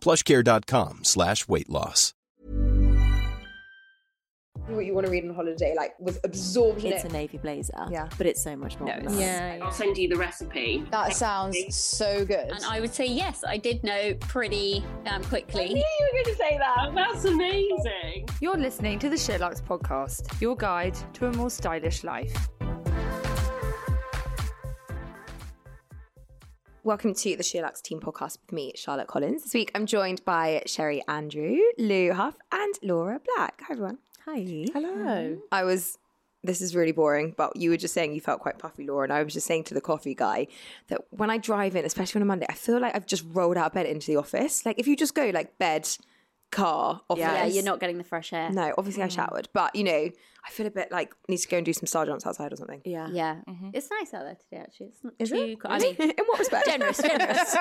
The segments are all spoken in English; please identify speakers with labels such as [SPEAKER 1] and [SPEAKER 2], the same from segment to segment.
[SPEAKER 1] Plushcare.com slash weight loss.
[SPEAKER 2] What you want to read on holiday, like was absorbed in
[SPEAKER 3] It's a
[SPEAKER 2] it.
[SPEAKER 3] navy blazer,
[SPEAKER 2] Yeah.
[SPEAKER 3] but it's so much more.
[SPEAKER 4] No,
[SPEAKER 3] than
[SPEAKER 4] it's-
[SPEAKER 3] that.
[SPEAKER 5] Yeah.
[SPEAKER 4] I'll send you the recipe.
[SPEAKER 2] That sounds so good.
[SPEAKER 5] And I would say yes, I did know pretty damn quickly.
[SPEAKER 2] you were going to say that.
[SPEAKER 4] Oh, That's amazing.
[SPEAKER 6] You're listening to the Sherlock's podcast, your guide to a more stylish life.
[SPEAKER 2] Welcome to the Sherlock's Team podcast with me, Charlotte Collins. This week I'm joined by Sherry Andrew, Lou Huff, and Laura Black. Hi, everyone.
[SPEAKER 3] Hi.
[SPEAKER 2] Hello. I was, this is really boring, but you were just saying you felt quite puffy, Laura. And I was just saying to the coffee guy that when I drive in, especially on a Monday, I feel like I've just rolled out of bed into the office. Like if you just go like bed, car, office.
[SPEAKER 5] Yeah, Mm. you're not getting the fresh air.
[SPEAKER 2] No, obviously I showered, but you know, I feel a bit like need to go and do some star jumps outside or something.
[SPEAKER 3] Yeah.
[SPEAKER 5] Yeah. It's nice out there today, actually. It's not
[SPEAKER 2] Is
[SPEAKER 5] too
[SPEAKER 2] it?
[SPEAKER 5] cold. I mean,
[SPEAKER 2] in what respect?
[SPEAKER 5] generous, generous.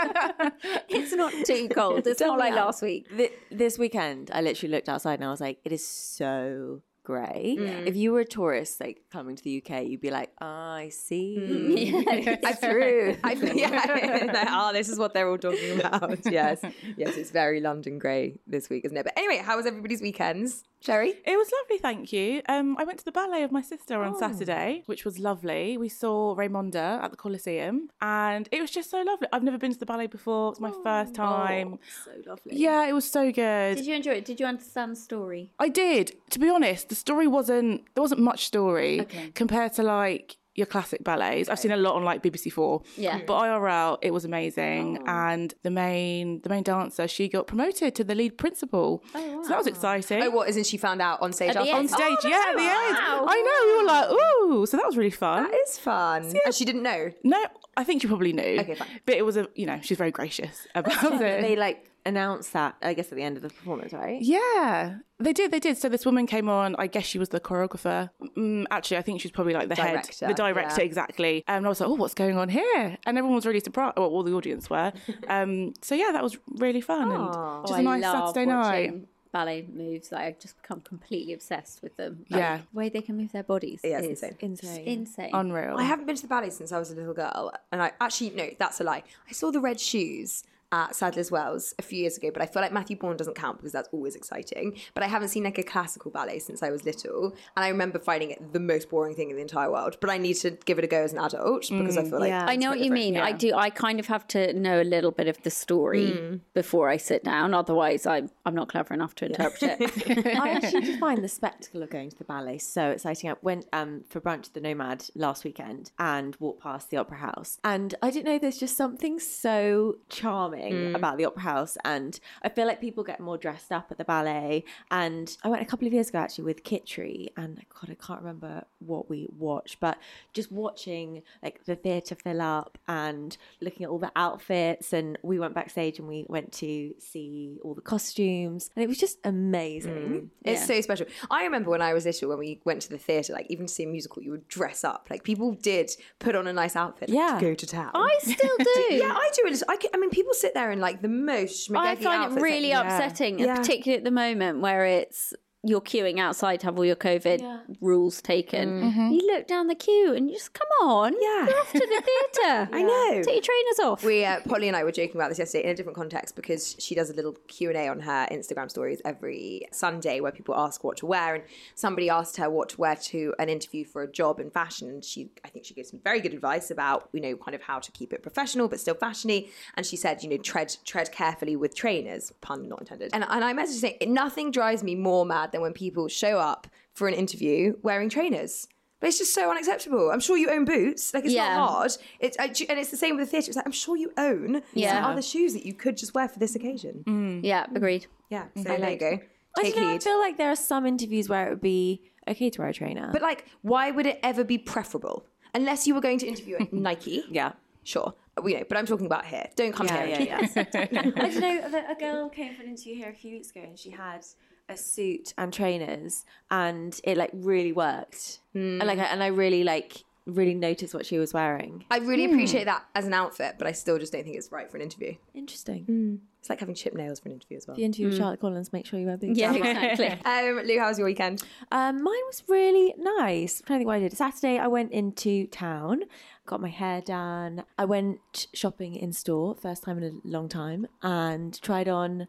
[SPEAKER 5] it's not too cold. It's not like last week.
[SPEAKER 3] Th- this weekend, I literally looked outside and I was like, it is so grey. If you were a tourist, like coming to the UK, you'd be like, I see.
[SPEAKER 2] Mm. I threw. I, yeah, like, ah, this is what they're all talking about. Yes, yes, it's very London grey this week, isn't it? But anyway, how was everybody's weekends, Sherry?
[SPEAKER 7] It was lovely, thank you. Um, I went to the ballet of my sister
[SPEAKER 5] Oh.
[SPEAKER 7] on Saturday, which was lovely. We saw Raymonda at the Coliseum, and it was just so lovely. I've never been to the ballet before; it's my first time.
[SPEAKER 5] Oh, So lovely.
[SPEAKER 7] Yeah, it was so good.
[SPEAKER 5] Did you enjoy it? Did you understand the story?
[SPEAKER 7] I did. To be honest, the story wasn't there wasn't much story compared to like your classic ballets. I've seen a lot on like BBC Four.
[SPEAKER 5] Yeah. Oh.
[SPEAKER 7] But IRL, it was amazing. And the main the main dancer, she got promoted to the lead principal. So that was exciting.
[SPEAKER 2] Oh, what isn't she found out on stage?
[SPEAKER 5] At the
[SPEAKER 2] after-
[SPEAKER 5] end.
[SPEAKER 7] on stage,
[SPEAKER 5] Oh,
[SPEAKER 7] yeah, at the
[SPEAKER 5] wow.
[SPEAKER 7] end. I know, we were like, ooh, so that was really fun.
[SPEAKER 2] That is fun. And she didn't know.
[SPEAKER 7] No, I think you probably knew.
[SPEAKER 2] Okay, fine.
[SPEAKER 7] But it was a, you know, she's very gracious about it.
[SPEAKER 3] They like announced that, I guess, at the end of the performance, right?
[SPEAKER 7] yeah, they did. They did. So this woman came on. I guess she was the choreographer. Mm, actually, I think she's probably like the
[SPEAKER 2] Director,
[SPEAKER 7] head, the director
[SPEAKER 2] yeah.
[SPEAKER 7] exactly. Um, and I was like, oh, what's going on here? And everyone was really surprised. Well, all the audience were. um, so yeah, that was really fun and just
[SPEAKER 5] Oh,
[SPEAKER 7] a
[SPEAKER 5] I
[SPEAKER 7] nice
[SPEAKER 5] love
[SPEAKER 7] Saturday night.
[SPEAKER 5] watching Ballet moves, like I've just become completely obsessed with them.
[SPEAKER 7] Yeah.
[SPEAKER 5] the way they can move their bodies
[SPEAKER 2] Yeah, it's
[SPEAKER 5] is
[SPEAKER 2] insane.
[SPEAKER 3] Insane.
[SPEAKER 5] insane.
[SPEAKER 7] Unreal.
[SPEAKER 2] I haven't been to the ballet since I was a little girl, and I actually no, that's a lie. I saw the red shoes at Sadler's Wells a few years ago, but I feel like Matthew Bourne doesn't count because that's always exciting. But I haven't seen like a classical ballet since I was little, and I remember finding it the most boring thing in the entire world. But I need to give it a go as an adult
[SPEAKER 5] Mm,
[SPEAKER 2] because I feel like
[SPEAKER 3] yeah.
[SPEAKER 5] I know what you mean. I do. I kind of have to know a little bit of the story before I sit down. Otherwise, I'm I'm not clever enough to interpret it.
[SPEAKER 3] I actually just find the spectacle of going to the ballet so exciting. I went um, for brunch at the Nomad last weekend and walked past the Opera House. And I don't know, there's just something so charming about the Opera House. And I feel like people get more dressed up at the ballet. And I went a couple of years ago actually with Kitri, and God, I can't remember what we watched, but just watching like the theatre fill up and looking at all the outfits. And we went backstage and we went to see all the costumes. And it was just amazing.
[SPEAKER 2] It's so special. I remember when I was little, when we went to the theatre, like even to see a musical, you would dress up. Like people did put on a nice outfit like,
[SPEAKER 3] Yeah.
[SPEAKER 2] to go to town.
[SPEAKER 5] I still do.
[SPEAKER 2] yeah, I do. a little- I, c- I mean, people sit there in like the most.
[SPEAKER 5] I
[SPEAKER 2] schmageggy
[SPEAKER 5] find
[SPEAKER 2] outfits,
[SPEAKER 5] it
[SPEAKER 2] like,
[SPEAKER 5] really upsetting, and
[SPEAKER 2] Yeah.
[SPEAKER 5] particularly at the moment where it's you're queuing outside to have all your COVID rules taken. You look down the queue and you just come on,
[SPEAKER 2] Mm. Yeah.
[SPEAKER 5] you're off to the theatre.
[SPEAKER 2] I know.
[SPEAKER 5] Take your trainers off.
[SPEAKER 2] We uh, Polly and I were joking about this yesterday in a different context because she does a little Q and A on her Instagram stories every Sunday where people ask what to wear, and somebody asked her what to wear to an interview for a job in fashion, and she I think she gives some very good advice about you know kind of how to keep it professional but still fashiony, and she said you know tread tread carefully with trainers, pun not intended, and and I messaged saying nothing drives me more mad than when people show up for an interview wearing trainers. But it's just so unacceptable. I'm sure you own boots. Like it's
[SPEAKER 5] Yeah.
[SPEAKER 2] not hard. It's I- and it's the same with the theatre. It's like I'm sure you own
[SPEAKER 5] Yeah.
[SPEAKER 2] some other shoes that you could just wear for this occasion.
[SPEAKER 3] Mm.
[SPEAKER 5] yeah, agreed.
[SPEAKER 2] Yeah.
[SPEAKER 3] Mm-hmm.
[SPEAKER 2] So there you go.
[SPEAKER 3] I
[SPEAKER 2] Take
[SPEAKER 3] don't know. I
[SPEAKER 2] heed.
[SPEAKER 3] feel like there are some interviews where it would be okay to wear a trainer.
[SPEAKER 2] But like, why would it ever be preferable? Unless you were going to interview at Nike.
[SPEAKER 3] yeah.
[SPEAKER 2] Sure. you know, but I'm talking about here. Don't come
[SPEAKER 3] Yeah,
[SPEAKER 2] here.
[SPEAKER 3] yeah, yeah.
[SPEAKER 8] I don't know. that A girl came for an interview here a few weeks ago, and she had
[SPEAKER 3] a suit and trainers and it like really worked and like I- and i really like really noticed what she was wearing
[SPEAKER 2] I really appreciate that as an outfit, but I still just don't think it's right for an interview.
[SPEAKER 3] interesting
[SPEAKER 2] It's like having chip nails for an interview as well.
[SPEAKER 3] the interview with charlotte collins make sure you wear boots
[SPEAKER 5] Yeah, exactly.
[SPEAKER 2] Um, Lou, how was your weekend?
[SPEAKER 3] Um, mine was really nice. I'm trying to think what I did. Saturday, I went into town, got my hair done. I went shopping in store, first time in a long time, and tried on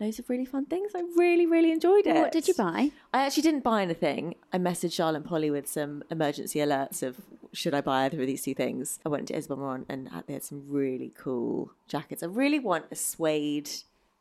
[SPEAKER 3] loads of really fun things. I really, really enjoyed it.
[SPEAKER 5] what did you buy?
[SPEAKER 3] I actually didn't buy anything. I messaged Charlotte and Polly with some emergency alerts of should I buy either of these two things. I went to Isabel Moran and had- they had some really cool jackets. I really want a suede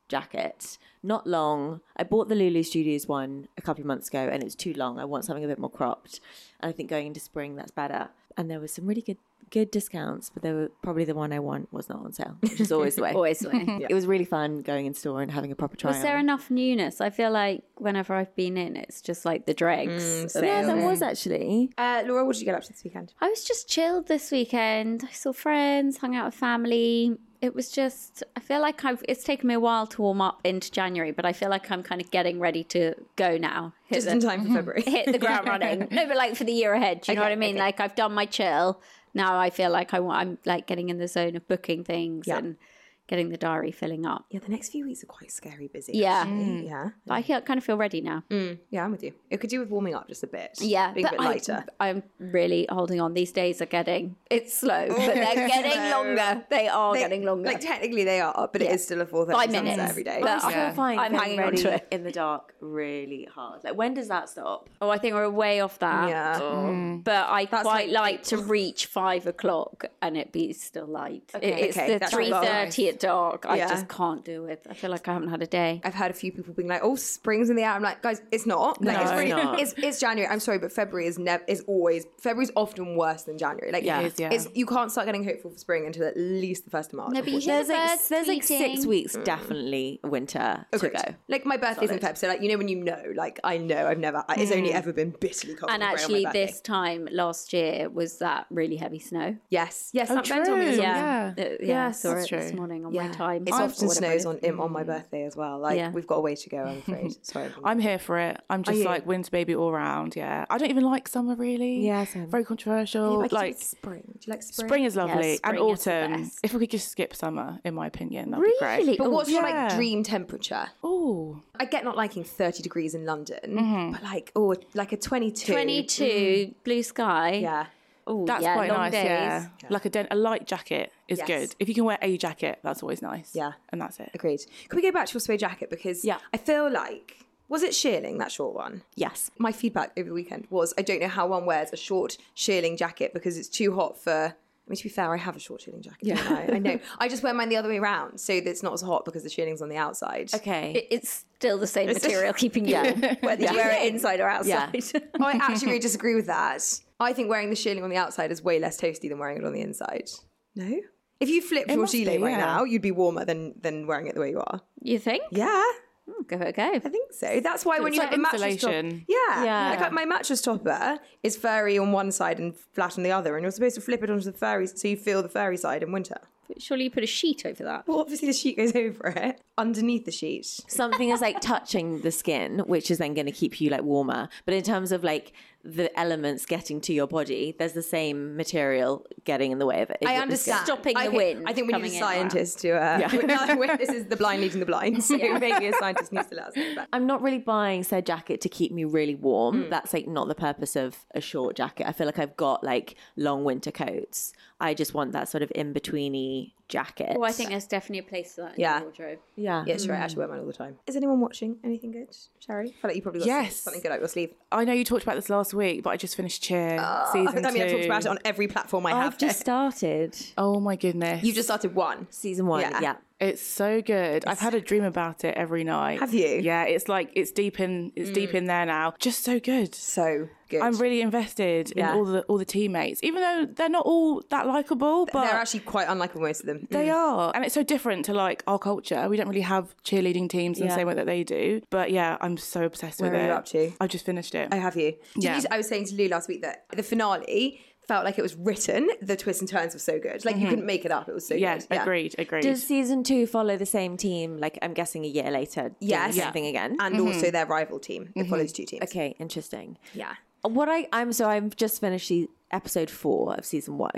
[SPEAKER 3] jacket, not long. I bought the Lulu Studios one a couple of months ago and it was too long. I want something a bit more cropped. And I think going into spring, that's better. And there was some really good good discounts, but they were probably the one I want was not on sale, which is always the way.
[SPEAKER 5] Always the way.
[SPEAKER 3] It was really fun going in store and having a proper try
[SPEAKER 5] Was there enough newness? I feel like whenever I've been in, it's just like the dregs. of it.
[SPEAKER 3] yeah, there was actually.
[SPEAKER 2] Uh, Laura, what did you get up to this weekend?
[SPEAKER 5] I was just chilled this weekend. I saw friends, hung out with family. It was just, I feel like I've, it's taken me a while to warm up into January, but I feel like I'm kind of getting ready to go now. Hit
[SPEAKER 2] Just
[SPEAKER 5] the-
[SPEAKER 2] in time
[SPEAKER 3] Mm-hmm.
[SPEAKER 2] for February.
[SPEAKER 5] hit the ground running. No, but like for the year ahead, do you know what I mean? Like I've done my chill. Now I feel like I want, I'm like getting in the zone of booking things
[SPEAKER 2] Yeah.
[SPEAKER 5] and getting the diary filling up.
[SPEAKER 2] yeah, the next few weeks are quite scary busy.
[SPEAKER 5] Yeah.
[SPEAKER 3] Mm.
[SPEAKER 2] actually. Yeah.
[SPEAKER 5] But I feel, kind of feel ready now.
[SPEAKER 2] Yeah, I'm with you. It could do with warming up just a bit.
[SPEAKER 5] Yeah,
[SPEAKER 2] Being a bit lighter.
[SPEAKER 5] I, am really holding on. These days are getting it's slow, but they're getting longer. They are getting longer.
[SPEAKER 2] Like technically they are, but it is still a 4.30
[SPEAKER 5] By
[SPEAKER 2] sunset
[SPEAKER 5] minutes.
[SPEAKER 2] every day.
[SPEAKER 5] But
[SPEAKER 3] I still find
[SPEAKER 5] I'm
[SPEAKER 3] getting
[SPEAKER 5] hanging on
[SPEAKER 3] ready
[SPEAKER 5] to it.
[SPEAKER 3] in the dark really hard. Like when does that stop?
[SPEAKER 5] Oh, I think we're way off that. Oh.
[SPEAKER 2] Yeah.
[SPEAKER 5] But I quite like to reach five o'clock and it be still light. It- it's
[SPEAKER 2] Okay,
[SPEAKER 5] the
[SPEAKER 2] that's
[SPEAKER 5] three thirty at dark. I
[SPEAKER 2] Yeah.
[SPEAKER 5] just can't do it. I feel like I haven't had a day.
[SPEAKER 2] I've heard a few people being like, "Oh, spring's in the air." I'm like, guys, it's not. Like, it's,
[SPEAKER 3] it's
[SPEAKER 2] really,
[SPEAKER 3] not.
[SPEAKER 2] It's, it's January. I'm sorry, but February is never is always February's often worse than January. Like,
[SPEAKER 3] Yeah. It
[SPEAKER 7] is, yeah.
[SPEAKER 2] it's you can't start getting hopeful for spring until at least the first of March.
[SPEAKER 5] No, but you hear
[SPEAKER 3] There's
[SPEAKER 5] the
[SPEAKER 3] like
[SPEAKER 5] birds
[SPEAKER 3] there's like six
[SPEAKER 5] tweeting.
[SPEAKER 3] weeks definitely winter
[SPEAKER 2] Agreed.
[SPEAKER 3] to go.
[SPEAKER 2] Oh, Like my birthday's in Feb, so like you know when you know, like I know I've never. I It's only ever been bitterly cold.
[SPEAKER 5] Mm. And
[SPEAKER 2] and grey on my
[SPEAKER 5] actually,
[SPEAKER 2] birthday.
[SPEAKER 5] this time last year was that really heavy snow.
[SPEAKER 2] Yes, yes,
[SPEAKER 7] Oh,
[SPEAKER 2] that Ben told me
[SPEAKER 7] true.
[SPEAKER 2] this
[SPEAKER 7] Yeah.
[SPEAKER 5] Uh, yeah, I
[SPEAKER 7] Yes,
[SPEAKER 5] saw
[SPEAKER 7] that's
[SPEAKER 5] it this
[SPEAKER 7] true.
[SPEAKER 5] morning on
[SPEAKER 2] Yeah.
[SPEAKER 5] my time.
[SPEAKER 2] It's
[SPEAKER 5] off,
[SPEAKER 2] often
[SPEAKER 5] or whatever it
[SPEAKER 2] snows
[SPEAKER 5] is. Mm.
[SPEAKER 2] on im- on my birthday as well. Like
[SPEAKER 5] Yeah.
[SPEAKER 2] we've got a way to go. I'm afraid. Sorry,
[SPEAKER 7] I'm here for it. I'm just
[SPEAKER 2] you?
[SPEAKER 7] like winter baby all round. Yeah, I don't even like summer really.
[SPEAKER 3] Yeah, same.
[SPEAKER 7] very controversial. like
[SPEAKER 2] spring. Do you like spring?
[SPEAKER 7] spring is lovely
[SPEAKER 5] spring
[SPEAKER 7] and
[SPEAKER 5] is the
[SPEAKER 7] autumn.
[SPEAKER 5] best.
[SPEAKER 7] If we could just skip summer, in my opinion, that'd be
[SPEAKER 5] Really?
[SPEAKER 7] great.
[SPEAKER 2] But
[SPEAKER 5] Oh,
[SPEAKER 2] what's your like
[SPEAKER 7] yeah.
[SPEAKER 2] dream temperature?
[SPEAKER 7] Oh,
[SPEAKER 2] I get not liking 30 degrees in London,
[SPEAKER 5] Mm-hmm.
[SPEAKER 2] but like, oh, like a 22.
[SPEAKER 5] 22 blue sky.
[SPEAKER 2] Yeah.
[SPEAKER 5] Ooh,
[SPEAKER 7] that's
[SPEAKER 5] yeah,
[SPEAKER 7] quite
[SPEAKER 5] long
[SPEAKER 7] nice.
[SPEAKER 5] Days.
[SPEAKER 7] Yeah. like a den- a light jacket is
[SPEAKER 2] Yes.
[SPEAKER 7] good. If you can wear a jacket, that's always nice.
[SPEAKER 2] Yeah.
[SPEAKER 7] and that's it.
[SPEAKER 2] Agreed. Can we go back to your suede jacket? Because
[SPEAKER 3] Yeah.
[SPEAKER 2] I feel like, was it shearling, that short one?
[SPEAKER 3] Yes.
[SPEAKER 2] My feedback over the weekend was I don't know how one wears a short shearling jacket because it's too hot for. I mean, to be fair, I have a short shearling jacket. Yeah. I? I know. I just wear mine the other way around so that it's not as hot because the shearling's on the outside.
[SPEAKER 3] Okay.
[SPEAKER 5] It- it's still the same material keeping you warm, whether you wear it inside or outside.
[SPEAKER 2] I actually really disagree with that. I think wearing the shearling on the outside is way less toasty than wearing it on the inside. No? If you flipped your
[SPEAKER 7] must be,
[SPEAKER 2] gilet right
[SPEAKER 7] yeah.
[SPEAKER 2] now, you'd be warmer than than wearing it the way you are.
[SPEAKER 5] You think?
[SPEAKER 2] Yeah, I
[SPEAKER 5] Mm, Give it a go.
[SPEAKER 2] think so. That's why when
[SPEAKER 7] it's
[SPEAKER 2] you
[SPEAKER 7] like
[SPEAKER 2] have a mattress top,
[SPEAKER 7] insulation.
[SPEAKER 2] yeah,
[SPEAKER 3] Yeah.
[SPEAKER 2] Like, uh, my mattress topper is furry on one side and flat on the other, and you're supposed to flip it onto the furry so you feel the furry side in winter.
[SPEAKER 5] Surely you put a sheet over that.
[SPEAKER 2] Well, obviously the sheet goes over it underneath the sheet.
[SPEAKER 3] Something is like touching the skin, which is then going to keep you like warmer. But in terms of like the elements getting to your body, there's the same material getting in the way of it.
[SPEAKER 2] I understand.
[SPEAKER 5] Stopping
[SPEAKER 2] I
[SPEAKER 5] the
[SPEAKER 2] think-
[SPEAKER 5] wind
[SPEAKER 2] I think we need
[SPEAKER 5] coming
[SPEAKER 2] a
[SPEAKER 5] in.
[SPEAKER 2] scientist to. Uh, no, this is the blind leading the blind. So maybe a scientist needs to let us know that.
[SPEAKER 3] I'm not really buying said jacket to keep me really
[SPEAKER 5] Mm.
[SPEAKER 3] warm. That's like not the purpose of a short jacket. I feel like I've got like long winter coats. I just want that sort of in betweeny jacket.
[SPEAKER 5] Well, I think there's definitely a place for that in
[SPEAKER 2] Yeah.
[SPEAKER 5] the wardrobe.
[SPEAKER 3] yeah.
[SPEAKER 2] Yeah, sure. I actually wear mine all the time. Is anyone watching anything good, Sherry? I feel like you probably got
[SPEAKER 7] Yes.
[SPEAKER 2] something good up your sleeve.
[SPEAKER 7] I know you talked about this last week, but I just finished Cheer season
[SPEAKER 2] Oh, I mean,
[SPEAKER 7] two.
[SPEAKER 2] I talked about it on every platform I have.
[SPEAKER 3] I've just started
[SPEAKER 7] Oh my goodness!
[SPEAKER 2] You've just started one.
[SPEAKER 3] season one.
[SPEAKER 2] Yeah.
[SPEAKER 3] Yeah.
[SPEAKER 7] It's so good. I've had a dream about it every night.
[SPEAKER 2] Have you? Mm.
[SPEAKER 7] Yeah, it's like it's deep in it's deep in there now. Just so good.
[SPEAKER 2] So good.
[SPEAKER 7] I'm really invested
[SPEAKER 2] Yeah.
[SPEAKER 7] in all the all the teammates, even though they're not all that likable, but
[SPEAKER 2] They're actually quite unlike most of them. Mm.
[SPEAKER 7] they are. And it's so different to like our culture. We don't really have cheerleading teams in the
[SPEAKER 3] Yeah.
[SPEAKER 7] same way that they do. But yeah, I'm so obsessed
[SPEAKER 2] Where
[SPEAKER 7] with
[SPEAKER 2] are
[SPEAKER 7] it.
[SPEAKER 2] you up to?
[SPEAKER 7] I just finished it.
[SPEAKER 2] I have you. Did
[SPEAKER 7] Yeah.
[SPEAKER 2] you- I was saying to Lou last week that the finale felt like it was written. The twists and turns were so good. Like you couldn't make it up. It was so
[SPEAKER 7] Yes,
[SPEAKER 2] good. Yeah.
[SPEAKER 7] agreed, agreed.
[SPEAKER 3] Does season two follow the same team? Like, I'm guessing a year later. doing
[SPEAKER 2] Yes.
[SPEAKER 3] the same thing again.
[SPEAKER 2] And also their rival team. It follows two teams.
[SPEAKER 3] okay, interesting.
[SPEAKER 2] Yeah.
[SPEAKER 3] What I I'm so I've just finished the episode four of season one,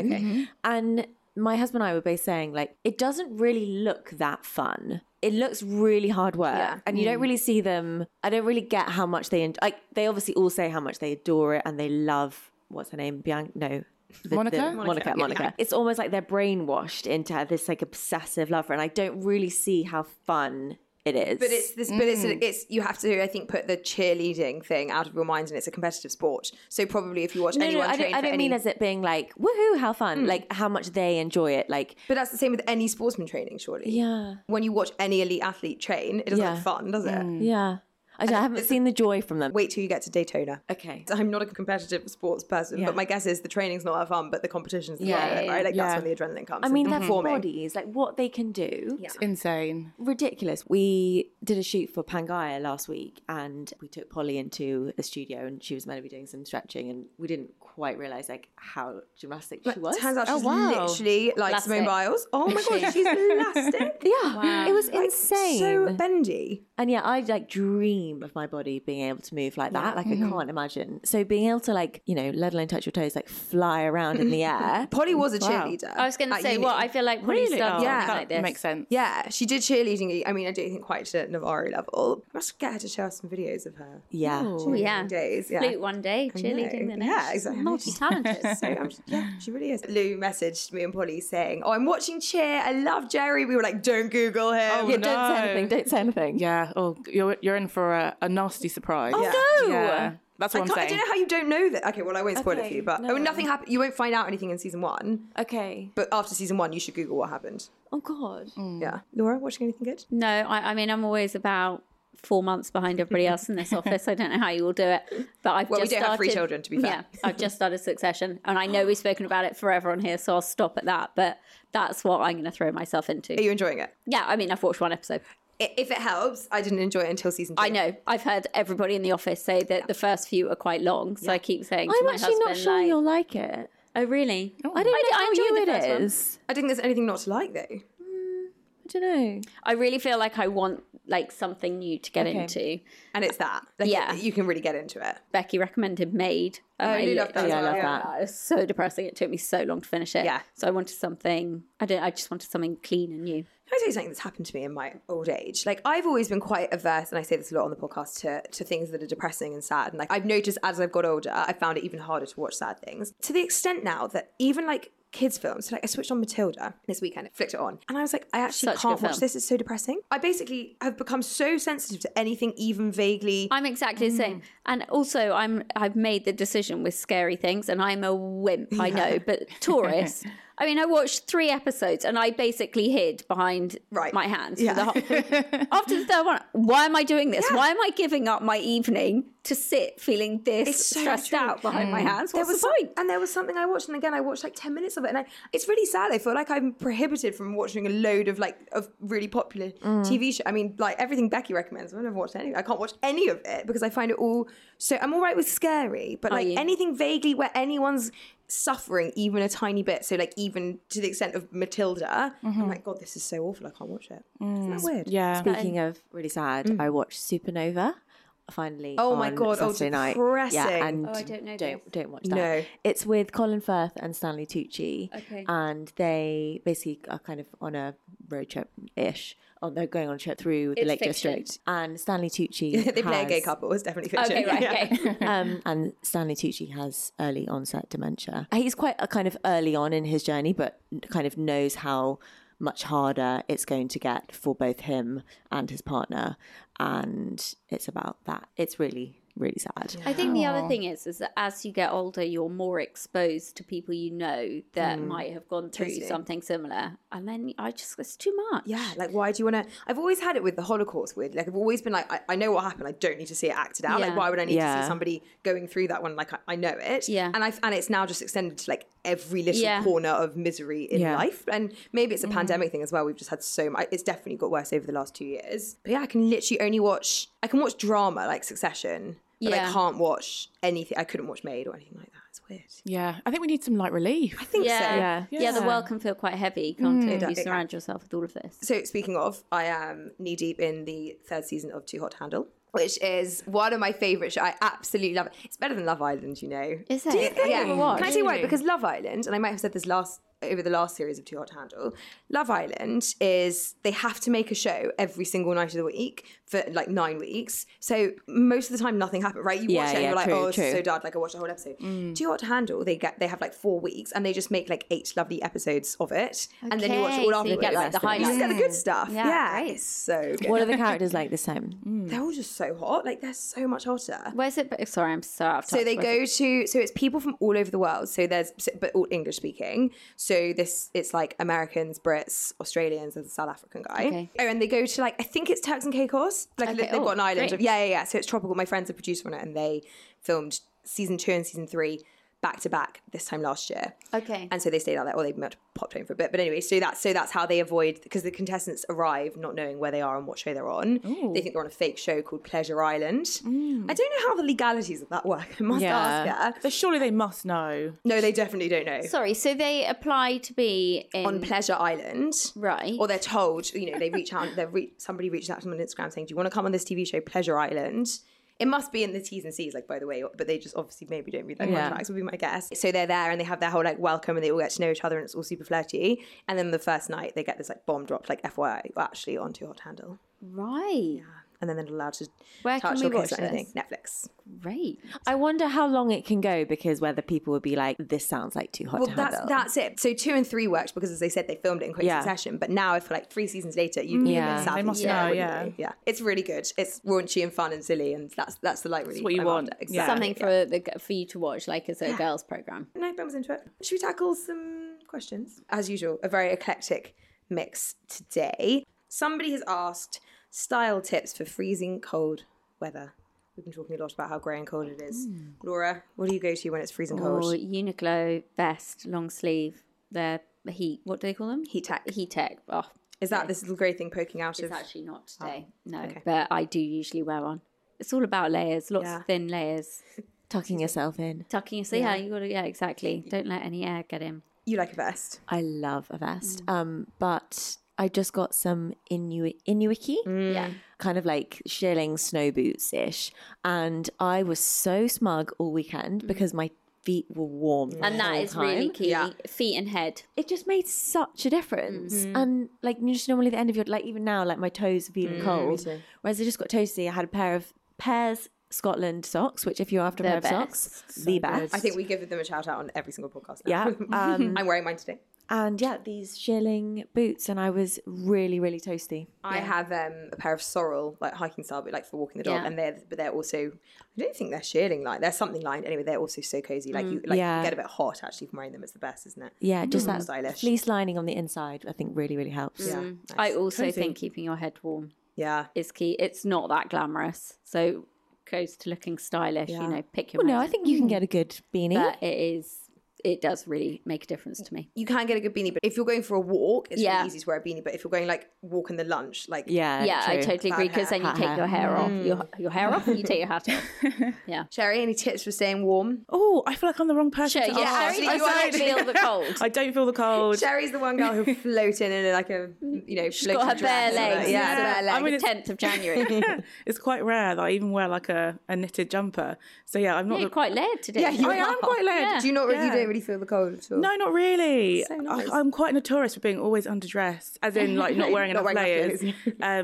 [SPEAKER 3] and my husband and I were both saying like it doesn't really look that fun. It looks really hard work,
[SPEAKER 2] Yeah.
[SPEAKER 3] and you don't really see them. I don't really get how much they en- like. They obviously all say how much they adore it and they love what's her name, Bianca. No. the- the-
[SPEAKER 7] Monica?
[SPEAKER 3] Monica, Monica, It's almost like they're brainwashed into this like obsessive love, for her, and I don't really see how fun it is.
[SPEAKER 2] But it's this. But it's
[SPEAKER 3] Mm.
[SPEAKER 2] it's you have to I think put the cheerleading thing out of your mind, and it's a competitive sport. So probably if you watch
[SPEAKER 3] No, no,
[SPEAKER 2] anyone,
[SPEAKER 3] I don't,
[SPEAKER 2] train
[SPEAKER 3] I
[SPEAKER 2] for
[SPEAKER 3] don't
[SPEAKER 2] any, Mm.
[SPEAKER 3] mean as it being like, woohoo, how fun. Like, how much they enjoy it. Like,
[SPEAKER 2] But that's the same with any sportsman training, surely.
[SPEAKER 3] yeah,
[SPEAKER 2] When you watch any elite athlete train, it doesn't
[SPEAKER 3] Yeah. Mm.
[SPEAKER 2] look fun, does it?
[SPEAKER 3] yeah. I, don't- I haven't seen the joy from them.
[SPEAKER 2] Wait till you get to Daytona.
[SPEAKER 3] Okay.
[SPEAKER 2] I'm not a competitive sports person,
[SPEAKER 3] Yeah.
[SPEAKER 2] but my guess is the training's not that fun, but the competition's the
[SPEAKER 5] Yeah,
[SPEAKER 2] fun, of it,
[SPEAKER 5] yeah,
[SPEAKER 2] right? Like
[SPEAKER 7] yeah.
[SPEAKER 2] that's when the adrenaline comes.
[SPEAKER 3] I mean, their
[SPEAKER 2] forming.
[SPEAKER 3] bodies, like what they can do.
[SPEAKER 7] It's insane.
[SPEAKER 3] ridiculous. We did a shoot for Pangaya last week and we took Polly into a studio and she was meant to be doing some stretching and we didn't quite realise like how gymnastic she was.
[SPEAKER 2] Turns out
[SPEAKER 7] Oh,
[SPEAKER 2] she's
[SPEAKER 7] wow.
[SPEAKER 2] literally like Simone
[SPEAKER 5] Elastic.
[SPEAKER 2] Biles. Oh my god, she's elastic.
[SPEAKER 3] yeah, it was
[SPEAKER 2] Like,
[SPEAKER 3] insane.
[SPEAKER 2] So bendy.
[SPEAKER 3] And yeah, I like dream of my body being able to move like that. Like
[SPEAKER 2] mm-hmm.
[SPEAKER 3] I can't imagine. So being able to like, you know, let alone touch your toes, like fly around in the air.
[SPEAKER 2] Polly was a cheerleader.
[SPEAKER 5] I was going to
[SPEAKER 2] at
[SPEAKER 5] say,
[SPEAKER 2] uni.
[SPEAKER 5] what I feel like Polly's
[SPEAKER 7] Really?
[SPEAKER 5] done
[SPEAKER 7] Oh,
[SPEAKER 2] Yeah.
[SPEAKER 5] something
[SPEAKER 7] that
[SPEAKER 5] like this.
[SPEAKER 7] makes sense.
[SPEAKER 2] Yeah, she did cheerleading. I mean, I don't think quite to Navari level. I must get her to show us some videos of her.
[SPEAKER 3] Yeah.
[SPEAKER 5] Oh yeah,
[SPEAKER 2] Days, yeah.
[SPEAKER 5] flute one day, cheerleading the
[SPEAKER 2] know.
[SPEAKER 5] next.
[SPEAKER 2] Yeah, exactly.
[SPEAKER 5] Multi-talented.
[SPEAKER 2] So I'm just- yeah, she really is. Lou messaged me and Polly saying, "Oh, I'm watching Cheer. I love Jerry." We were like, "Don't Google him."
[SPEAKER 7] Oh,
[SPEAKER 3] Yeah,
[SPEAKER 7] no.
[SPEAKER 3] don't say anything, don't say anything.
[SPEAKER 7] Yeah. Oh, you're you're in for a, a nasty surprise. Oh
[SPEAKER 3] no.
[SPEAKER 7] That's what
[SPEAKER 2] I,
[SPEAKER 7] I'm
[SPEAKER 2] can't- I
[SPEAKER 7] saying.
[SPEAKER 2] don't know how you don't know that. Okay, well, I won't spoil it for
[SPEAKER 3] Okay,
[SPEAKER 2] you, but
[SPEAKER 3] no.
[SPEAKER 2] I mean, nothing happened. You won't find out anything in season one,
[SPEAKER 3] Okay.
[SPEAKER 2] but after season one, you should Google what happened.
[SPEAKER 3] Oh god.
[SPEAKER 5] Mm,
[SPEAKER 2] Yeah, Laura, watching anything good?
[SPEAKER 5] No, I, I mean I'm always about four months behind everybody else in this office. I don't know how you all do it, but I've
[SPEAKER 2] Well, we
[SPEAKER 5] just
[SPEAKER 2] don't
[SPEAKER 5] started,
[SPEAKER 2] have three children, to be fair.
[SPEAKER 5] Yeah, I've just started Succession, and I know we've spoken about it forever on here, so I'll stop at that. But that's what I'm going to throw myself
[SPEAKER 2] Are
[SPEAKER 5] into.
[SPEAKER 2] you enjoying it?
[SPEAKER 5] Yeah, I mean I've watched one episode.
[SPEAKER 2] I- If it helps, I didn't enjoy it until season. Two.
[SPEAKER 5] I know I've heard everybody in the office say that the first few are quite long, so I keep saying to
[SPEAKER 3] I'm
[SPEAKER 5] my
[SPEAKER 3] actually not
[SPEAKER 5] husband,
[SPEAKER 3] sure
[SPEAKER 5] like,
[SPEAKER 3] you'll like it.
[SPEAKER 5] "Oh, really?
[SPEAKER 3] I don't know
[SPEAKER 5] d-
[SPEAKER 3] how
[SPEAKER 5] enjoyed
[SPEAKER 3] you
[SPEAKER 5] the
[SPEAKER 3] it
[SPEAKER 5] first one.
[SPEAKER 3] is.
[SPEAKER 2] I don't think there's anything not to like though.
[SPEAKER 3] I don't know.
[SPEAKER 5] I really feel like I want like something new to get
[SPEAKER 3] Okay.
[SPEAKER 5] into.
[SPEAKER 2] and it's that. Like,
[SPEAKER 5] Yeah.
[SPEAKER 2] you can really get into it.
[SPEAKER 5] Becky recommended Made. and
[SPEAKER 2] Oh, you love that
[SPEAKER 5] literally
[SPEAKER 2] as well,
[SPEAKER 5] loved
[SPEAKER 2] yeah.
[SPEAKER 5] that. It was so depressing. It took me so long to finish it.
[SPEAKER 2] Yeah.
[SPEAKER 5] So I wanted something. I don't. I just wanted something clean and new.
[SPEAKER 2] Can I tell you something that's happened to me in my old age? Like I've always been quite averse, and I say this a lot on the podcast to, to things that are depressing and sad. And like I've noticed as I've got older, I found it even harder to watch sad things. To the extent now that even like kids' films, so like I switched on Matilda this weekend, flicked it on, and I was like, I actually
[SPEAKER 5] Such a
[SPEAKER 2] can't
[SPEAKER 5] good
[SPEAKER 2] watch
[SPEAKER 5] film.
[SPEAKER 2] this. It's so depressing. I basically have become so sensitive to anything even vaguely.
[SPEAKER 5] I'm exactly the
[SPEAKER 2] Mm.
[SPEAKER 5] same. And also, I'm. I've made the decision with scary things, and I'm a wimp. I know, but Taurus. I mean, I watched three episodes, and I basically hid behind
[SPEAKER 2] Right.
[SPEAKER 5] my hands.
[SPEAKER 2] Yeah.
[SPEAKER 5] For the whole, after the third one, why am I doing this? Why am I giving up my evening to sit feeling this
[SPEAKER 2] It's so
[SPEAKER 5] stressed
[SPEAKER 2] true. Mm.
[SPEAKER 5] out behind my hands?
[SPEAKER 2] there
[SPEAKER 5] What's
[SPEAKER 2] was
[SPEAKER 5] the
[SPEAKER 2] some-
[SPEAKER 5] point?
[SPEAKER 2] and there was something I watched, and again I watched like ten minutes of it, and I, it's really sad. I feel like I'm prohibited from watching a load of like of really popular
[SPEAKER 5] Mm.
[SPEAKER 2] TV show. I mean, like everything Becky recommends, I've never watched any. I can't watch any of it because I find it all so. I'm all right with scary, but like
[SPEAKER 5] you?
[SPEAKER 2] anything vaguely where anyone's suffering even a tiny bit, so like even to the extent of Matilda,
[SPEAKER 5] Mm-hmm.
[SPEAKER 2] I'm like, God, this is so awful. I can't watch it. not
[SPEAKER 5] Mm.
[SPEAKER 2] that weird?
[SPEAKER 7] Yeah.
[SPEAKER 3] Speaking of really sad, I watched Supernova finally.
[SPEAKER 2] Oh my
[SPEAKER 3] on
[SPEAKER 2] God, oh,
[SPEAKER 3] Saturday night.
[SPEAKER 2] depressing.
[SPEAKER 3] Yeah, and
[SPEAKER 5] I don't know
[SPEAKER 3] Don't
[SPEAKER 5] this.
[SPEAKER 3] don't watch that.
[SPEAKER 2] No.
[SPEAKER 3] it's with Colin Firth and Stanley Tucci.
[SPEAKER 5] Okay.
[SPEAKER 3] and they basically are kind of on a road trip ish. Oh, they're going on a trip through the
[SPEAKER 5] It's
[SPEAKER 3] Lake
[SPEAKER 5] fiction.
[SPEAKER 3] District, and Stanley Tucci.
[SPEAKER 2] they play a gay
[SPEAKER 3] has-
[SPEAKER 2] couple. It's definitely fiction.
[SPEAKER 5] Okay, right.
[SPEAKER 2] Yeah.
[SPEAKER 5] Okay.
[SPEAKER 3] um, and Stanley Tucci has early onset dementia. He's quite a kind of early on in his journey, but kind of knows how much harder it's going to get for both him and his partner. And it's about that. It's really, really sad.
[SPEAKER 5] I think the other thing is, is that as you get older, you're more exposed to people you know that
[SPEAKER 2] Mm.
[SPEAKER 5] might have gone through something similar, and then I just it's too much.
[SPEAKER 2] Yeah, like why do you want to? I've always had it with the Holocaust. Weird, like I've always been like, I, I know what happened. I don't need to see it acted out. Like
[SPEAKER 5] Yeah.
[SPEAKER 2] why would I need to
[SPEAKER 3] Yeah.
[SPEAKER 2] see somebody going through that one? Like I, I know it.
[SPEAKER 5] Yeah.
[SPEAKER 2] and I and it's now just extended to like every little
[SPEAKER 5] Yeah. Mm.
[SPEAKER 2] corner of misery in
[SPEAKER 3] Yeah.
[SPEAKER 2] life. And maybe it's a pandemic thing as well. We've just had so much. It's definitely got worse over the last two years. But yeah, I can literally only watch. I can watch drama like Succession. but
[SPEAKER 5] Yeah.
[SPEAKER 2] I can't watch anything. I couldn't watch Maid or anything like that. It's weird.
[SPEAKER 7] Yeah, I think we need some light relief.
[SPEAKER 2] I think so.
[SPEAKER 5] Yeah.
[SPEAKER 7] Yeah.
[SPEAKER 5] yeah, The world can feel quite heavy, can't it?
[SPEAKER 2] does,
[SPEAKER 5] if
[SPEAKER 2] it
[SPEAKER 5] You surround
[SPEAKER 2] can.
[SPEAKER 5] yourself with all of this.
[SPEAKER 2] So speaking of, I am knee deep in the third season of Too Hot to Handle, which is one of my favourite shows. I absolutely love it. It's better than Love Island, you know.
[SPEAKER 5] Is it?
[SPEAKER 2] Do you think?
[SPEAKER 5] Yeah.
[SPEAKER 2] Can I tell you why? Because Love Island, and I might have said this last over the last series of Too Hot to Handle, Love Island is they have to make a show every single night of the week for like nine weeks. So most of the time nothing happened, right? You
[SPEAKER 3] Yeah,
[SPEAKER 2] watch it and
[SPEAKER 3] yeah,
[SPEAKER 2] you're like,
[SPEAKER 3] true,
[SPEAKER 2] oh, it's
[SPEAKER 3] true.
[SPEAKER 2] so dud. Like I watched a whole episode.
[SPEAKER 5] Mm.
[SPEAKER 2] Too Hot to Handle, they get they have like four weeks and they just make like eight lovely episodes of it, and then you watch it all
[SPEAKER 5] Okay, so you
[SPEAKER 2] afterwards.
[SPEAKER 5] get, like, the
[SPEAKER 2] You just get the good stuff.
[SPEAKER 5] Yeah,
[SPEAKER 2] Yeah,
[SPEAKER 5] great.
[SPEAKER 2] it's so good.
[SPEAKER 3] What are the characters like the same?
[SPEAKER 2] They're all just so hot. Like they're so much hotter.
[SPEAKER 5] Where's it? but- Sorry, I'm so out of touch.
[SPEAKER 2] So they
[SPEAKER 5] Where's it-
[SPEAKER 2] go to so it's people from all over the world. So there's but all English speaking. So this it's like Americans, Brits, Australians, there's a South African guy.
[SPEAKER 5] Okay.
[SPEAKER 2] Oh, and they go to like I think it's Turks and Caicos. Like
[SPEAKER 5] Okay,
[SPEAKER 2] they've
[SPEAKER 5] oh,
[SPEAKER 2] got an island. Of,
[SPEAKER 5] great.
[SPEAKER 2] yeah, yeah, yeah. So it's tropical. My friend's a producer on it, and they filmed season two and season three back to back this time last year.
[SPEAKER 5] Okay.
[SPEAKER 2] And so they stayed out there, or they might have popped home for a bit. But anyway, so that's so that's how they avoid because the contestants arrive not knowing where they are and what show they're on. They think they're on a fake show called Pleasure Island.
[SPEAKER 5] Mm.
[SPEAKER 2] I don't know how the legalities of that work. I must
[SPEAKER 3] Yeah.
[SPEAKER 2] ask her.
[SPEAKER 7] So surely they must know.
[SPEAKER 2] No, they definitely don't know.
[SPEAKER 5] Sorry, so they apply to be in
[SPEAKER 2] on Pleasure Island,
[SPEAKER 5] Right.
[SPEAKER 2] Or they're told, you know, they reach out. They re- somebody reaches out to them on Instagram saying, "Do you want to come on this TV show, Pleasure Island?" It must be in the T's and C's, like by the way, but they just obviously maybe don't read their contracts. Would be my guess. So they're there and they have their whole like welcome, and they all get to know each other, and it's all super flirty. And then the first night, they get this like bomb dropped, like FYI, we're actually on Too Hot to Handle,
[SPEAKER 5] right.
[SPEAKER 2] and then they're not allowed to
[SPEAKER 5] Where
[SPEAKER 2] touch
[SPEAKER 5] can
[SPEAKER 2] or
[SPEAKER 5] we watch
[SPEAKER 2] kiss or
[SPEAKER 5] this?
[SPEAKER 2] anything. Netflix.
[SPEAKER 5] Great.
[SPEAKER 2] Uh,
[SPEAKER 3] I wonder how long it can go because whether people would be like, this sounds like too hot
[SPEAKER 2] Well,
[SPEAKER 3] to
[SPEAKER 2] that's
[SPEAKER 3] handle.
[SPEAKER 2] that's it. So two and three worked because, as they said, they filmed it in quick
[SPEAKER 3] Yeah.
[SPEAKER 2] succession. But now, for like three seasons later, you would
[SPEAKER 3] Yeah.
[SPEAKER 2] yeah,
[SPEAKER 3] They
[SPEAKER 2] South
[SPEAKER 7] must
[SPEAKER 2] East,
[SPEAKER 7] know,
[SPEAKER 2] wouldn't
[SPEAKER 7] yeah.
[SPEAKER 2] they? yeah. It's really good. It's raunchy and fun and silly, and that's that's the like really
[SPEAKER 7] what you
[SPEAKER 2] I'm
[SPEAKER 7] want.
[SPEAKER 2] after.
[SPEAKER 7] Yeah.
[SPEAKER 2] Exactly.
[SPEAKER 5] Something for the for you to watch, like as a girls' program.
[SPEAKER 2] No, Ben was into it. Should we tackle some questions? As usual, a very eclectic mix today. Somebody has asked style tips for freezing cold weather. We've been talking a lot about how grey and cold it is.
[SPEAKER 7] Hmm.
[SPEAKER 2] Laura, what do you go to when it's freezing cold?
[SPEAKER 5] Or Uniqlo vest, long sleeve, their heat. What do they call them? Heat tech. Heat tech. Oh,
[SPEAKER 2] Is that this little grey thing poking out of?
[SPEAKER 5] it's actually not
[SPEAKER 3] Ah,
[SPEAKER 5] today. no, but I do usually wear one. It's all about layers. Lots
[SPEAKER 2] Yeah.
[SPEAKER 5] of thin layers.
[SPEAKER 3] Tucking yourself in.
[SPEAKER 5] Tucking. So yeah, you got to. Yeah, exactly. Don't let any air get in.
[SPEAKER 2] You like a vest?
[SPEAKER 3] I love a vest. Um, but I just got some Inuit Inuiki.
[SPEAKER 5] Yeah.
[SPEAKER 3] kind of like shilling snow boots ish. And I was so smug all weekend because my feet were warm. the
[SPEAKER 5] Mm. And that
[SPEAKER 3] whole
[SPEAKER 5] is really
[SPEAKER 3] time.
[SPEAKER 5] key. Feet and head.
[SPEAKER 3] It just made such a difference.
[SPEAKER 5] Mm-hmm.
[SPEAKER 3] And like, you just normally at the end of your, like, even now, like my toes are
[SPEAKER 5] Mm,
[SPEAKER 3] feeling cold. Whereas I just got toasty. I had a pair of pairs. Scotland socks, which if you're after a pair
[SPEAKER 5] The
[SPEAKER 3] of socks, the best.
[SPEAKER 2] I think we give them a shout out on every single podcast.
[SPEAKER 3] yeah,
[SPEAKER 2] Now.
[SPEAKER 3] um,
[SPEAKER 2] I'm wearing mine today.
[SPEAKER 3] and yeah, these shilling boots, and I was really, really toasty.
[SPEAKER 2] I have um, a pair of sorrel, like hiking style, but like for walking the dog,
[SPEAKER 5] Yeah.
[SPEAKER 2] and they're but they're also I don't think they're shearling lined. They're something lined anyway. They're also so cozy.
[SPEAKER 5] Mm,
[SPEAKER 2] Like you like
[SPEAKER 3] Yeah.
[SPEAKER 2] you get a bit hot actually from wearing them. It's the best, isn't it?
[SPEAKER 3] Yeah, just that
[SPEAKER 2] Stylish.
[SPEAKER 3] fleece lining on the inside, I think, really, really helps.
[SPEAKER 2] Yeah,
[SPEAKER 5] I also think keeping your head warm
[SPEAKER 2] yeah.
[SPEAKER 5] is key. It's not that glamorous, so goes to looking stylish. You know, pick your.
[SPEAKER 3] Well, Oh, no, I
[SPEAKER 5] moment.
[SPEAKER 3] think you can get a good beanie.
[SPEAKER 5] Mm. but it is. It does really make a difference to me.
[SPEAKER 2] You can get a good beanie, but if you're going for a walk, it's
[SPEAKER 5] Yeah.
[SPEAKER 2] really easy to wear a beanie. But if you're going like walk in the lunch, like
[SPEAKER 3] yeah,
[SPEAKER 5] yeah, I
[SPEAKER 3] true.
[SPEAKER 5] totally agree. Because then you
[SPEAKER 3] Hat
[SPEAKER 5] take
[SPEAKER 3] hair.
[SPEAKER 5] your hair off, your your hair off, and you take your hat off. Yeah.
[SPEAKER 2] Sherry, any tips for staying warm?
[SPEAKER 7] Oh, I feel like I'm the wrong person.
[SPEAKER 5] Sure,
[SPEAKER 7] to
[SPEAKER 5] yeah,
[SPEAKER 7] ask.
[SPEAKER 5] actually, I don't feel the cold.
[SPEAKER 7] I don't feel the cold.
[SPEAKER 2] Sherry's the one girl who floats in in like a you know
[SPEAKER 5] She's got her
[SPEAKER 2] floaty
[SPEAKER 5] bare
[SPEAKER 2] dress and
[SPEAKER 5] legs.
[SPEAKER 2] a- Yeah,
[SPEAKER 5] yeah,
[SPEAKER 2] bare
[SPEAKER 5] bare
[SPEAKER 2] legs.
[SPEAKER 7] I mean,
[SPEAKER 5] legs.
[SPEAKER 7] it's-
[SPEAKER 5] Tenth of January.
[SPEAKER 7] it's quite rare that I even wear like a, a knitted jumper. So yeah, I'm not.
[SPEAKER 5] You're
[SPEAKER 7] the-
[SPEAKER 5] quite layered today.
[SPEAKER 2] Yeah, you
[SPEAKER 7] I am
[SPEAKER 2] are.
[SPEAKER 7] quite layered.
[SPEAKER 5] Yeah.
[SPEAKER 2] Do you not? really You
[SPEAKER 7] Yeah.
[SPEAKER 2] don't really feel the cold at all.
[SPEAKER 7] No, not really.
[SPEAKER 2] So nice.
[SPEAKER 7] I, I'm quite notorious for being always underdressed, as in like not wearing
[SPEAKER 2] Not
[SPEAKER 7] enough
[SPEAKER 2] wearing enough
[SPEAKER 7] layers.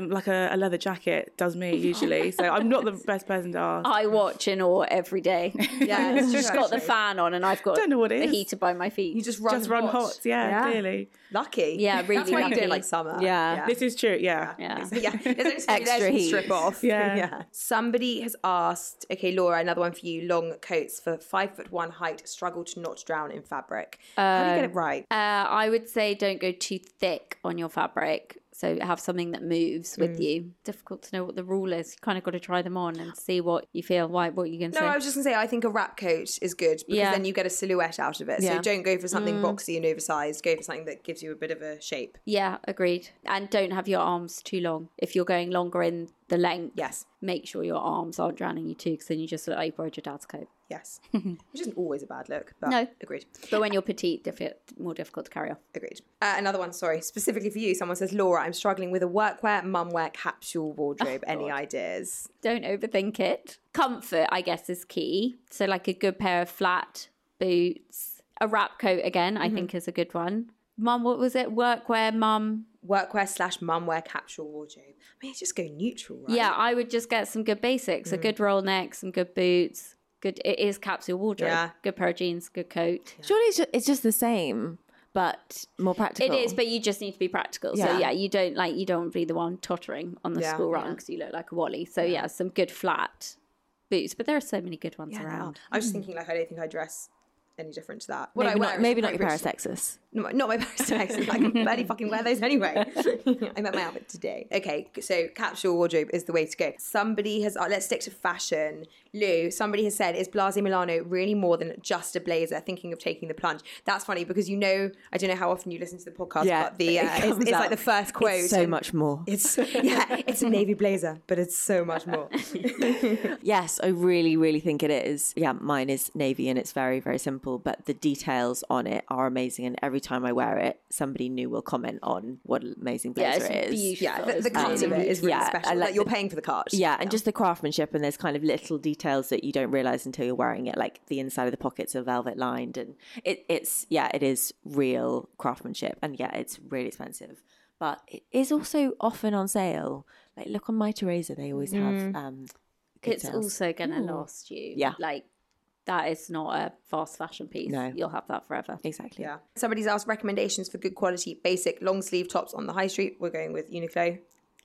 [SPEAKER 7] um, like a, a leather jacket does me usually. So I'm not the best person to ask.
[SPEAKER 5] I watch in awe every day.
[SPEAKER 2] Yeah, it's
[SPEAKER 5] Just
[SPEAKER 2] true,
[SPEAKER 5] got the
[SPEAKER 2] actually.
[SPEAKER 5] fan on, and I've got
[SPEAKER 7] Don't know what it
[SPEAKER 5] the
[SPEAKER 7] is.
[SPEAKER 5] heater by my feet.
[SPEAKER 2] You just run,
[SPEAKER 7] just run hot. Yeah,
[SPEAKER 2] Yeah.
[SPEAKER 7] clearly.
[SPEAKER 2] Lucky.
[SPEAKER 5] Yeah,
[SPEAKER 2] That's
[SPEAKER 5] really
[SPEAKER 2] why you do
[SPEAKER 5] lucky.
[SPEAKER 2] it like summer.
[SPEAKER 3] Yeah.
[SPEAKER 7] This is true. Yeah.
[SPEAKER 5] yeah.
[SPEAKER 2] yeah, there's only
[SPEAKER 3] Extra
[SPEAKER 2] extra
[SPEAKER 3] heat.
[SPEAKER 2] strip off.
[SPEAKER 7] Yeah.
[SPEAKER 2] Somebody has asked, okay, Laura, another one for you. Long coats for five foot one height struggle to not drown in fabric. How do you get it right?
[SPEAKER 5] Uh, I would say don't go too thick on your fabric. So have something that moves with you. Difficult to know what the rule is. You kind of got to try them on and see what you feel. Why? What you can
[SPEAKER 2] No,
[SPEAKER 5] say?
[SPEAKER 2] I was just gonna say I think a wrap coat is good because
[SPEAKER 5] Yeah.
[SPEAKER 2] then you get a silhouette out of it.
[SPEAKER 3] Yeah.
[SPEAKER 2] So don't go for something boxy and oversized. Go for something that gives you a bit of a shape.
[SPEAKER 5] yeah, agreed. And don't have your arms too long. If you're going longer in the length.
[SPEAKER 2] Yes.
[SPEAKER 5] Make sure your arms aren't drowning you too, because then you just look like you borrowed your dad's coat.
[SPEAKER 2] Yes. Which isn't always a bad look, but
[SPEAKER 5] No.
[SPEAKER 2] agreed.
[SPEAKER 5] But when you're petite, diffi- more difficult to carry off.
[SPEAKER 2] Agreed. Uh, another one, sorry, specifically for you. Someone says, Laura, I'm struggling with a workwear, mumwear, capsule wardrobe.
[SPEAKER 3] Oh,
[SPEAKER 2] Any ideas?
[SPEAKER 5] Don't overthink it. Comfort, I guess, is key. So, like a good pair of flat boots, a wrap coat again, I think is a good one. Mum, what was it? Workwear, mum.
[SPEAKER 2] Workwear slash mumwear, capsule wardrobe. I mean, just go neutral, right?
[SPEAKER 5] Yeah, I would just get some good basics a good roll neck, some good boots. Good, it is capsule wardrobe.
[SPEAKER 2] Yeah.
[SPEAKER 5] Good pair of jeans, good coat.
[SPEAKER 3] Surely it's just, it's just the same, but more practical.
[SPEAKER 5] It is, but you just need to be practical. So
[SPEAKER 3] Yeah.
[SPEAKER 5] yeah, you don't like you don't want to be the one tottering on the
[SPEAKER 2] Yeah.
[SPEAKER 5] school run because you look like a wally. So yeah. some good flat boots, but there are so many good ones
[SPEAKER 2] Yeah, they are.
[SPEAKER 5] around.
[SPEAKER 2] I
[SPEAKER 3] Mm.
[SPEAKER 2] was just thinking, like, I don't think I dress any different to that. What
[SPEAKER 3] maybe
[SPEAKER 2] I wear
[SPEAKER 3] not,
[SPEAKER 2] is
[SPEAKER 3] maybe not
[SPEAKER 2] quite
[SPEAKER 3] your pair
[SPEAKER 2] rich-
[SPEAKER 3] of sexes.
[SPEAKER 2] No, not my Paris tags. I can barely fucking wear those anyway. I met my outfit today. Okay, so capsule wardrobe is the way to go. Somebody has, uh, let's stick to fashion. Lou, somebody has said, is Blase Milano really more than just a blazer? Thinking of taking the plunge. That's funny because you know, I don't know how often you listen to the podcast, but the uh, it's, it's like the first
[SPEAKER 5] Oh,
[SPEAKER 2] quote.
[SPEAKER 3] It's so much more.
[SPEAKER 2] It's yeah, it's a navy blazer, but it's so much more.
[SPEAKER 3] Yes, I really, really think it is. Yeah, mine is navy and it's very, very simple, but the details on it are amazing. And every time I wear it, somebody new will comment on what an amazing
[SPEAKER 5] Yeah,
[SPEAKER 3] blazer it
[SPEAKER 5] it's
[SPEAKER 3] is.
[SPEAKER 5] beautiful.
[SPEAKER 2] Yeah, the, the
[SPEAKER 5] isn't it?
[SPEAKER 2] cut of it is really
[SPEAKER 3] Yeah, I
[SPEAKER 2] special.
[SPEAKER 3] like
[SPEAKER 2] Like, you're
[SPEAKER 3] the-
[SPEAKER 2] paying for the cart.
[SPEAKER 3] Yeah, and just the craftsmanship, and there's kind of little details that you don't realize until you're wearing it, like the inside of the pockets are velvet lined, and it, it's yeah, it is real craftsmanship, and yeah, it's really expensive, but it is also often on sale. Like look on my Teresa, they always have. Um, good
[SPEAKER 5] Mm. It's
[SPEAKER 3] sales.
[SPEAKER 5] also gonna last you.
[SPEAKER 3] Yeah.
[SPEAKER 5] like that is not a fast fashion piece.
[SPEAKER 3] No.
[SPEAKER 5] you'll have that forever.
[SPEAKER 3] exactly.
[SPEAKER 2] Yeah. Somebody's asked recommendations for good quality basic long sleeve tops on the high street. We're going with Uniqlo.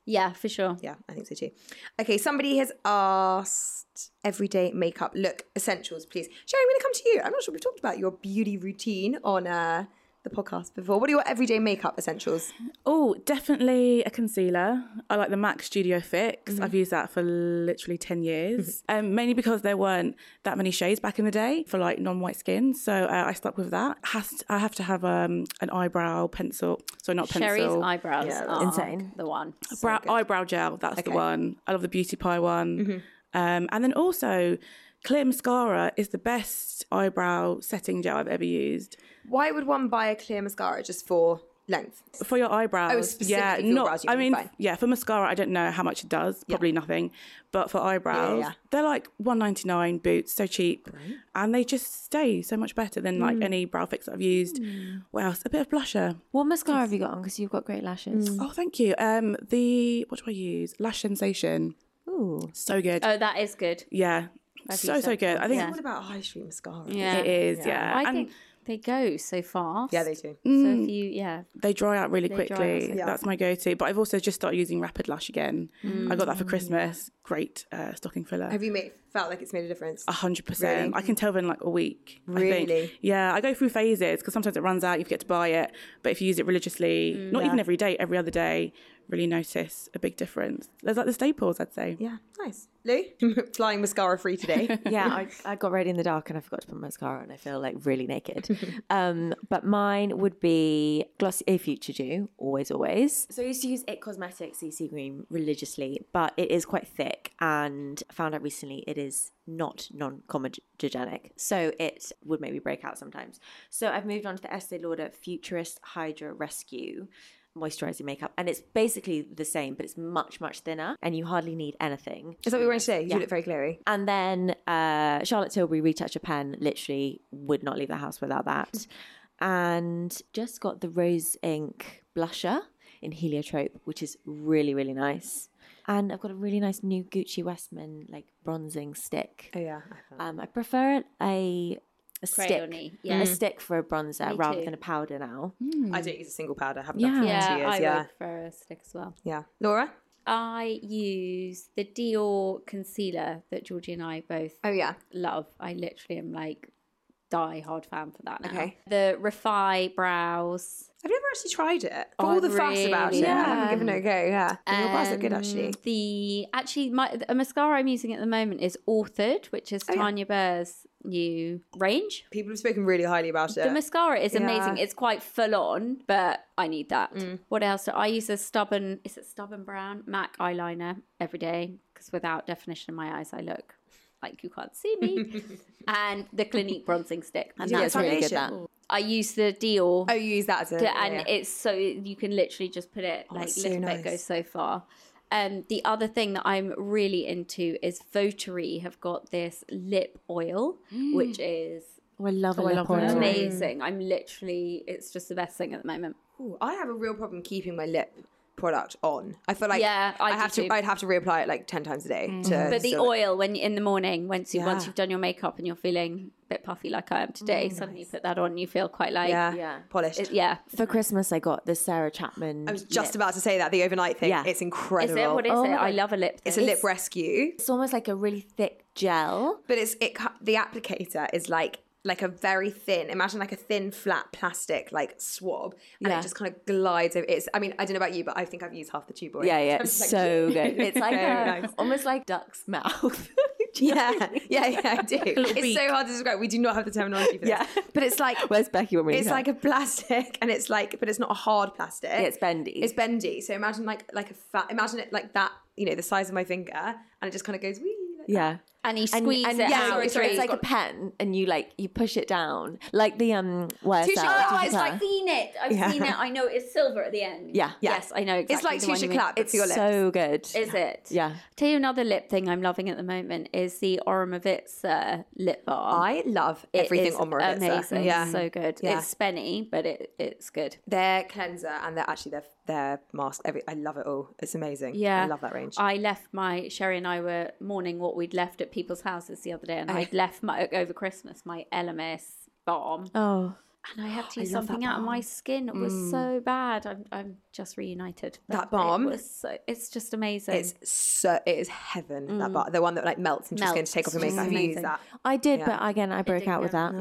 [SPEAKER 5] Yeah, for sure.
[SPEAKER 2] Yeah, I think so too. Okay, somebody has asked everyday makeup look essentials, please. Sherry, I'm going to come to you. I'm not sure we've talked about your beauty routine on uh, the podcast before. What are your everyday makeup essentials?
[SPEAKER 7] Oh, definitely a concealer. I like the MAC Studio Fix. I've used that for literally 10 years, um, mainly because there weren't that many shades back in the day for like non white skin. So uh, I stuck with that. Has to, I have to have um, an eyebrow pencil. Sorry, not pencil.
[SPEAKER 5] Sherry's eyebrows are
[SPEAKER 3] insane.
[SPEAKER 5] The one.
[SPEAKER 7] Brow, eyebrow gel. That's the one. I love the Beauty Pie one. Um, and then also, clear mascara is the best eyebrow setting gel I've ever used
[SPEAKER 2] Why would one buy a clear mascara just for length?
[SPEAKER 7] for your eyebrows.
[SPEAKER 2] Oh, specifically
[SPEAKER 7] yeah,
[SPEAKER 2] for your brows, you
[SPEAKER 7] I
[SPEAKER 2] mean,
[SPEAKER 7] mean,
[SPEAKER 2] fine.
[SPEAKER 7] yeah, for mascara, I don't know how much it does. Probably nothing. But for eyebrows,
[SPEAKER 2] yeah.
[SPEAKER 7] they're like one ninety nine boots, so cheap, and they just stay so much better than
[SPEAKER 2] Mm.
[SPEAKER 7] like any brow fix that I've used. What else? A bit of blusher.
[SPEAKER 3] What mascara have you got on? Because you've got great lashes.
[SPEAKER 2] Mm.
[SPEAKER 7] Oh, thank you. Um, the what do I use? Lash Sensation.
[SPEAKER 3] Ooh,
[SPEAKER 7] So good.
[SPEAKER 2] Uh,
[SPEAKER 5] Oh, that is good.
[SPEAKER 7] yeah, so so good. I think
[SPEAKER 2] What about high street mascara?
[SPEAKER 5] Yeah,
[SPEAKER 7] it is. Yeah,
[SPEAKER 5] I
[SPEAKER 7] and
[SPEAKER 5] think they go so fast.
[SPEAKER 2] Yeah, they do.
[SPEAKER 5] So if you, yeah,
[SPEAKER 7] they dry out really
[SPEAKER 5] dry out,
[SPEAKER 7] quickly.
[SPEAKER 5] so-
[SPEAKER 7] That's my go-to. But I've also just started using Rapid Lash again. I got
[SPEAKER 2] Mm.
[SPEAKER 7] that for Christmas. Great uh, stocking filler.
[SPEAKER 2] Have you made, felt like it's made a difference?
[SPEAKER 7] A hundred percent. I can tell within like a week. I think.
[SPEAKER 2] Really?
[SPEAKER 7] Yeah, I go through phases because sometimes it runs out. You forget to buy it, but if you use it religiously,
[SPEAKER 2] Mm,
[SPEAKER 7] not even every day, every other day, really notice a big difference. There's like the staples, I'd say.
[SPEAKER 2] Yeah, nice. Lou, flying mascara free today.
[SPEAKER 3] yeah, I, I got ready in the dark and I forgot to put mascara on. I feel like really naked. um, but mine would be Glossier Future Dew, always, always. So I used to use It Cosmetics CC Cream religiously, but it is quite thick and I found out recently it is not non-comedogenic. So it would make me break out sometimes. So I've moved on to the Estee Lauder Futurist Hydra Rescue moisturizing makeup and it's basically the same but it's much much thinner and you hardly need anything
[SPEAKER 2] Is that what we're wearing today? You look very glary.
[SPEAKER 3] and then uh, Charlotte Tilbury retoucher pen literally would not leave the house without that. and just got the rose ink blusher in Heliotrope, which is really really nice. And I've got a really nice new Gucci Westman like bronzing stick.
[SPEAKER 2] Oh, yeah.
[SPEAKER 3] Um, I prefer a, a stick,
[SPEAKER 5] Crayony, yeah.
[SPEAKER 3] a stick for a bronzer rather
[SPEAKER 5] too.
[SPEAKER 3] than a powder now.
[SPEAKER 2] I don't use a single powder. I haven't
[SPEAKER 3] Yeah.
[SPEAKER 2] done for
[SPEAKER 5] Mm. yeah,
[SPEAKER 2] two years.
[SPEAKER 5] I
[SPEAKER 2] yeah.
[SPEAKER 5] would for a stick as well.
[SPEAKER 2] Yeah. Laura?
[SPEAKER 5] I use the Dior concealer that Georgie and I both
[SPEAKER 2] Oh, yeah.
[SPEAKER 5] love. I literally am like die hard fan for that now.
[SPEAKER 2] Okay.
[SPEAKER 5] The Refi brows.
[SPEAKER 2] I've never actually tried it.
[SPEAKER 5] Oh,
[SPEAKER 2] For all the fuss about it, I
[SPEAKER 5] really
[SPEAKER 2] haven't given it a go. Yeah, and your bars look good
[SPEAKER 5] Um,
[SPEAKER 2] actually.
[SPEAKER 5] The actually, my a mascara I'm using at the moment is Authored, which
[SPEAKER 2] Oh,
[SPEAKER 5] is Tanya Burr's new range.
[SPEAKER 2] People have spoken really highly about it.
[SPEAKER 5] The mascara is amazing.
[SPEAKER 2] Yeah. Mm.
[SPEAKER 5] It's quite full on, but I need that. What else? I use a stubborn. Is it stubborn brown Mac eyeliner every day? Because without definition in my eyes, I look like you can't see me. and the Clinique bronzing stick, and
[SPEAKER 2] Yeah,
[SPEAKER 5] that's really good. That
[SPEAKER 2] foundation.
[SPEAKER 5] I use the Dior.
[SPEAKER 2] Oh, you use that as a
[SPEAKER 5] to- and
[SPEAKER 2] yeah, yeah.
[SPEAKER 5] it's so you can literally just put it like
[SPEAKER 2] that's so
[SPEAKER 5] little
[SPEAKER 2] nice.
[SPEAKER 5] bit goes so far. Um, the other thing that I'm really into is Votary have got this lip oil, which
[SPEAKER 2] Mm.
[SPEAKER 5] is
[SPEAKER 3] Oh, I love a
[SPEAKER 7] I
[SPEAKER 3] lip
[SPEAKER 7] love
[SPEAKER 3] oil.
[SPEAKER 7] that.
[SPEAKER 5] amazing. I'm literally, it's just the best thing at the moment.
[SPEAKER 2] Ooh, I have a real problem keeping my lip product on. I feel like
[SPEAKER 5] Yeah, I do
[SPEAKER 2] have to.
[SPEAKER 5] too. Mm.
[SPEAKER 2] I'd have to reapply it like ten times a day. To,
[SPEAKER 5] But the
[SPEAKER 2] so-
[SPEAKER 5] oil when in the morning, once you once
[SPEAKER 2] Yeah.
[SPEAKER 5] you've done your makeup and you're feeling a bit puffy like I am today, suddenly you put that on, you feel quite like
[SPEAKER 2] yeah,
[SPEAKER 3] Yeah.
[SPEAKER 2] polished.
[SPEAKER 5] it- yeah.
[SPEAKER 3] For Christmas, I got the Sarah Chapman.
[SPEAKER 2] I was just about to say that the overnight thing.
[SPEAKER 3] Yeah.
[SPEAKER 2] It's
[SPEAKER 5] Is
[SPEAKER 2] incredible.
[SPEAKER 5] it what is
[SPEAKER 3] Oh
[SPEAKER 5] it?
[SPEAKER 3] my
[SPEAKER 5] I
[SPEAKER 3] God.
[SPEAKER 5] love a lip.
[SPEAKER 2] it's a
[SPEAKER 5] thing.
[SPEAKER 2] lip rescue,
[SPEAKER 3] It's almost like a really thick gel.
[SPEAKER 2] but it's it. cu- The applicator is like like a very thin. Imagine like a thin flat plastic like swab, and
[SPEAKER 3] Yeah.
[SPEAKER 2] it just kind of glides. over. It's. I mean, I don't know about you, but I think I've used half the tube already.
[SPEAKER 3] Yeah, yeah,
[SPEAKER 2] I'm
[SPEAKER 3] it's
[SPEAKER 2] like-
[SPEAKER 3] so good. It's like
[SPEAKER 2] Very
[SPEAKER 3] a-
[SPEAKER 2] nice.
[SPEAKER 3] almost like duck's mouth.
[SPEAKER 2] Yeah, yeah, yeah, I do. It's so hard to describe. We do not have the terminology for this.
[SPEAKER 3] Yeah.
[SPEAKER 2] But it's like
[SPEAKER 3] Where's Becky when we need
[SPEAKER 2] It's
[SPEAKER 3] her?
[SPEAKER 2] like a plastic and it's like but it's not a hard plastic.
[SPEAKER 3] Yeah, it's bendy.
[SPEAKER 2] It's bendy. So imagine like like a fat imagine it like that, you know, the size of my finger and it just kind of goes wee. like
[SPEAKER 3] yeah.
[SPEAKER 5] and you squeeze
[SPEAKER 3] and,
[SPEAKER 5] it
[SPEAKER 3] yeah,
[SPEAKER 5] out.
[SPEAKER 3] sorry,
[SPEAKER 2] it's
[SPEAKER 3] sorry, it's
[SPEAKER 2] really-
[SPEAKER 3] like a pen, and you like you push it down, like the um. Where's
[SPEAKER 2] Touche-
[SPEAKER 3] Sarah?
[SPEAKER 2] oh,
[SPEAKER 3] Touche
[SPEAKER 5] I've
[SPEAKER 3] Claire.
[SPEAKER 5] seen it. I've seen it. I know it's silver at the end.
[SPEAKER 3] Yeah. Yeah.
[SPEAKER 5] Yes, I know. Exactly
[SPEAKER 2] It's like
[SPEAKER 5] the one
[SPEAKER 2] Touche
[SPEAKER 5] you mean.
[SPEAKER 2] Clap, but for your lips.
[SPEAKER 3] so good.
[SPEAKER 5] Is it?
[SPEAKER 3] Yeah.
[SPEAKER 5] Tell you another lip thing I'm loving at the moment is the Oromovitza lip balm.
[SPEAKER 2] I love
[SPEAKER 5] It
[SPEAKER 2] everything
[SPEAKER 5] is
[SPEAKER 2] on Moravitza.
[SPEAKER 5] Amazing.
[SPEAKER 2] Yeah.
[SPEAKER 5] So good.
[SPEAKER 2] Yeah.
[SPEAKER 5] It's spenny, but it, it's good.
[SPEAKER 2] their cleanser and their actually their their mask. Every I love it all. It's amazing.
[SPEAKER 5] Yeah.
[SPEAKER 2] I love that range.
[SPEAKER 5] I left my, Sherry and I were mourning what we'd left at people's houses the other day, and I'd left my, over Christmas my LMS balm,
[SPEAKER 3] Oh,
[SPEAKER 5] and I had to use something out of my skin. It was so bad. I'm, I'm just reunited.
[SPEAKER 2] That
[SPEAKER 5] It
[SPEAKER 2] balm?
[SPEAKER 5] was so, it's just amazing.
[SPEAKER 2] it's so it is heaven. That bar, the one that like melts and just going to
[SPEAKER 5] Mm. Melts.
[SPEAKER 2] take off your makeup. Have you used
[SPEAKER 5] Amazing.
[SPEAKER 2] that?
[SPEAKER 3] I did, but again, I broke out with that.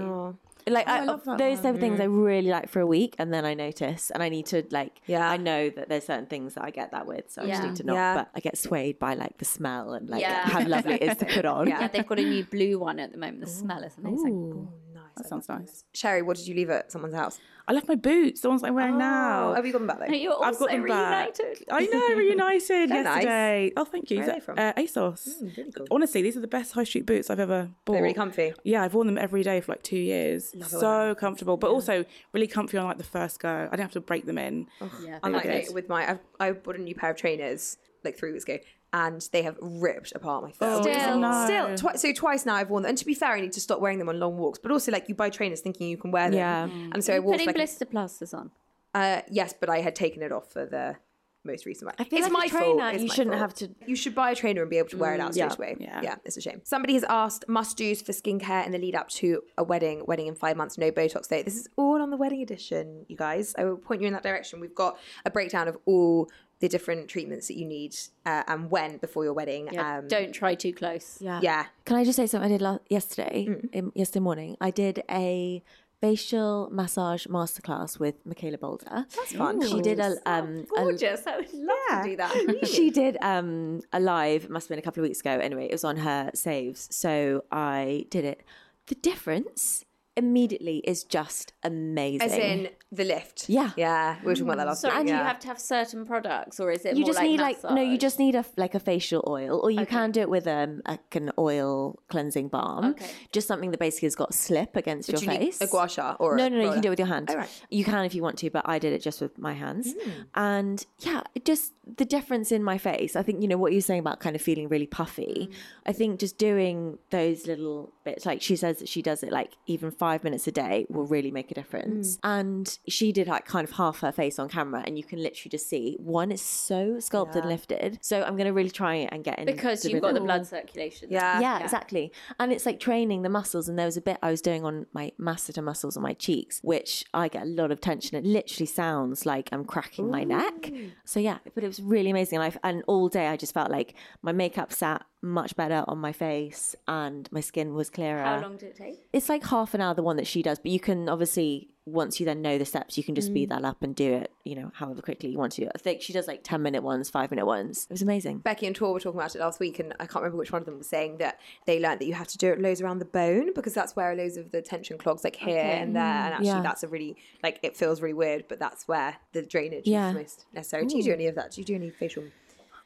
[SPEAKER 3] Like I, those type of things, I really like for a week, and then I notice, and I need to like.
[SPEAKER 2] Yeah.
[SPEAKER 3] I know that there's certain things that I get that with, so I just
[SPEAKER 5] Yeah.
[SPEAKER 3] need to not.
[SPEAKER 2] Yeah.
[SPEAKER 3] But I get swayed by like the smell and like
[SPEAKER 5] Yeah.
[SPEAKER 3] how lovely it is to put on.
[SPEAKER 5] yeah, they've got a new blue one at the moment. The smell is amazing.
[SPEAKER 7] That sounds nice.
[SPEAKER 2] Sherry, what did you leave at someone's house?
[SPEAKER 7] I left my boots, the ones I'm wearing now.
[SPEAKER 2] Oh, have you got them back though?
[SPEAKER 5] No, You're also
[SPEAKER 7] I've got them back.
[SPEAKER 5] reunited.
[SPEAKER 7] I know, reunited
[SPEAKER 2] They're nice.
[SPEAKER 7] yesterday. Oh, thank you.
[SPEAKER 2] Where are they from? Mm,
[SPEAKER 7] Uh, ASOS. Honestly, these are the best high street boots I've ever bought.
[SPEAKER 2] They're really comfy.
[SPEAKER 7] Yeah, I've worn them every day for like two years. so comfortable, but also really comfy on like the first go. I don't have to break them in.
[SPEAKER 5] Yeah,
[SPEAKER 2] I like
[SPEAKER 7] Okay.
[SPEAKER 2] it with my. I've, I bought a new pair of trainers like three weeks ago, and they have ripped apart my foot.
[SPEAKER 5] Still.
[SPEAKER 7] no.
[SPEAKER 2] Still, twi- so twice now I've worn them. And to be fair, I need to stop wearing them on long walks. But also, like you buy trainers thinking you can wear them.
[SPEAKER 3] Yeah.
[SPEAKER 5] Mm.
[SPEAKER 2] And so I walked
[SPEAKER 5] Putting
[SPEAKER 2] like
[SPEAKER 5] blister plasters on.
[SPEAKER 2] uh, yes, but I had taken it off for the most recent one. I
[SPEAKER 3] feel
[SPEAKER 2] it's
[SPEAKER 3] like a
[SPEAKER 2] my
[SPEAKER 3] trainer,
[SPEAKER 2] fault. It's
[SPEAKER 3] you
[SPEAKER 2] my
[SPEAKER 3] shouldn't
[SPEAKER 2] fault.
[SPEAKER 3] have to- Mm,
[SPEAKER 2] You should buy a trainer and be able to wear it out straight
[SPEAKER 3] yeah,
[SPEAKER 2] away.
[SPEAKER 7] yeah.
[SPEAKER 2] yeah, it's a shame. Somebody has asked must do's for skincare in the lead up to a wedding. Wedding in five months, no Botox day. This is all on the wedding edition, you guys. I will point you in that direction. We've got a breakdown of all the different treatments that you need uh, and when before your wedding. um,
[SPEAKER 5] Yeah, don't try too close.
[SPEAKER 3] Yeah.
[SPEAKER 2] Yeah.
[SPEAKER 3] Can I just say something I did last, yesterday, in, yesterday morning? I did a facial massage masterclass with Michaela Boulder. That's fun. She did a um a-
[SPEAKER 5] Gorgeous. I would love to do that.
[SPEAKER 3] she did um a live, it must have been a couple of weeks ago. Anyway, it was on her saves. So I did it. The difference immediately is just amazing.
[SPEAKER 2] As in the lift.
[SPEAKER 3] Yeah.
[SPEAKER 2] Yeah. We were talking about that last
[SPEAKER 5] So,
[SPEAKER 2] week.
[SPEAKER 5] and
[SPEAKER 2] yeah.
[SPEAKER 5] you have to have certain products, or is it
[SPEAKER 3] you
[SPEAKER 5] more
[SPEAKER 3] just
[SPEAKER 5] like
[SPEAKER 3] need like no, you
[SPEAKER 5] massage?
[SPEAKER 3] just need a like a facial oil, or you can do it with um like an oil cleansing balm.
[SPEAKER 5] Okay.
[SPEAKER 3] Just something that basically has got slip against
[SPEAKER 2] Do
[SPEAKER 3] your
[SPEAKER 2] you need
[SPEAKER 3] face.
[SPEAKER 2] a gua sha or
[SPEAKER 3] no,
[SPEAKER 2] a
[SPEAKER 3] no, no. You
[SPEAKER 2] roller?
[SPEAKER 3] can do it with your hand.
[SPEAKER 2] Oh, right.
[SPEAKER 3] You can if you want to, but I did it just with my hands.
[SPEAKER 5] Hmm.
[SPEAKER 3] And yeah, it just the difference in my face. I think you know what you're saying about kind of feeling really
[SPEAKER 5] Mm.
[SPEAKER 3] puffy. I think just doing those little bits, like she says that she does it like even five minutes a day, will really make a
[SPEAKER 5] Mm.
[SPEAKER 3] difference. And she did like kind of half her face on camera, and you can literally just see one is so sculpted and lifted. So I'm gonna really try it and get in
[SPEAKER 5] because you've got the blood circulation.
[SPEAKER 2] Yeah.
[SPEAKER 3] yeah, exactly. And it's like training the muscles. And there was a bit I was doing on my masseter muscles on my cheeks, which I get a lot of tension. It literally sounds like I'm cracking my neck. So yeah, but it was really amazing. And, I, and all day I just felt like my makeup sat, much better on my face and my skin was clearer.
[SPEAKER 5] How long did it take?
[SPEAKER 3] It's like half an hour the one that she does, but you can obviously once you then know the steps, you can just speed that up and do it, you know, however quickly you want to. I think she does like ten minute ones, five minute ones. It was amazing.
[SPEAKER 2] Becky and Tor were talking about it last week, and I can't remember which one of them was saying that they learned that you have to do it loads around the bone because that's where loads of the tension clogs, like here and there, and actually
[SPEAKER 3] yeah.
[SPEAKER 2] that's a really like it feels really weird, but that's where the drainage
[SPEAKER 3] Yeah.
[SPEAKER 2] is most necessary. Do you do any of that? Do you do any facial?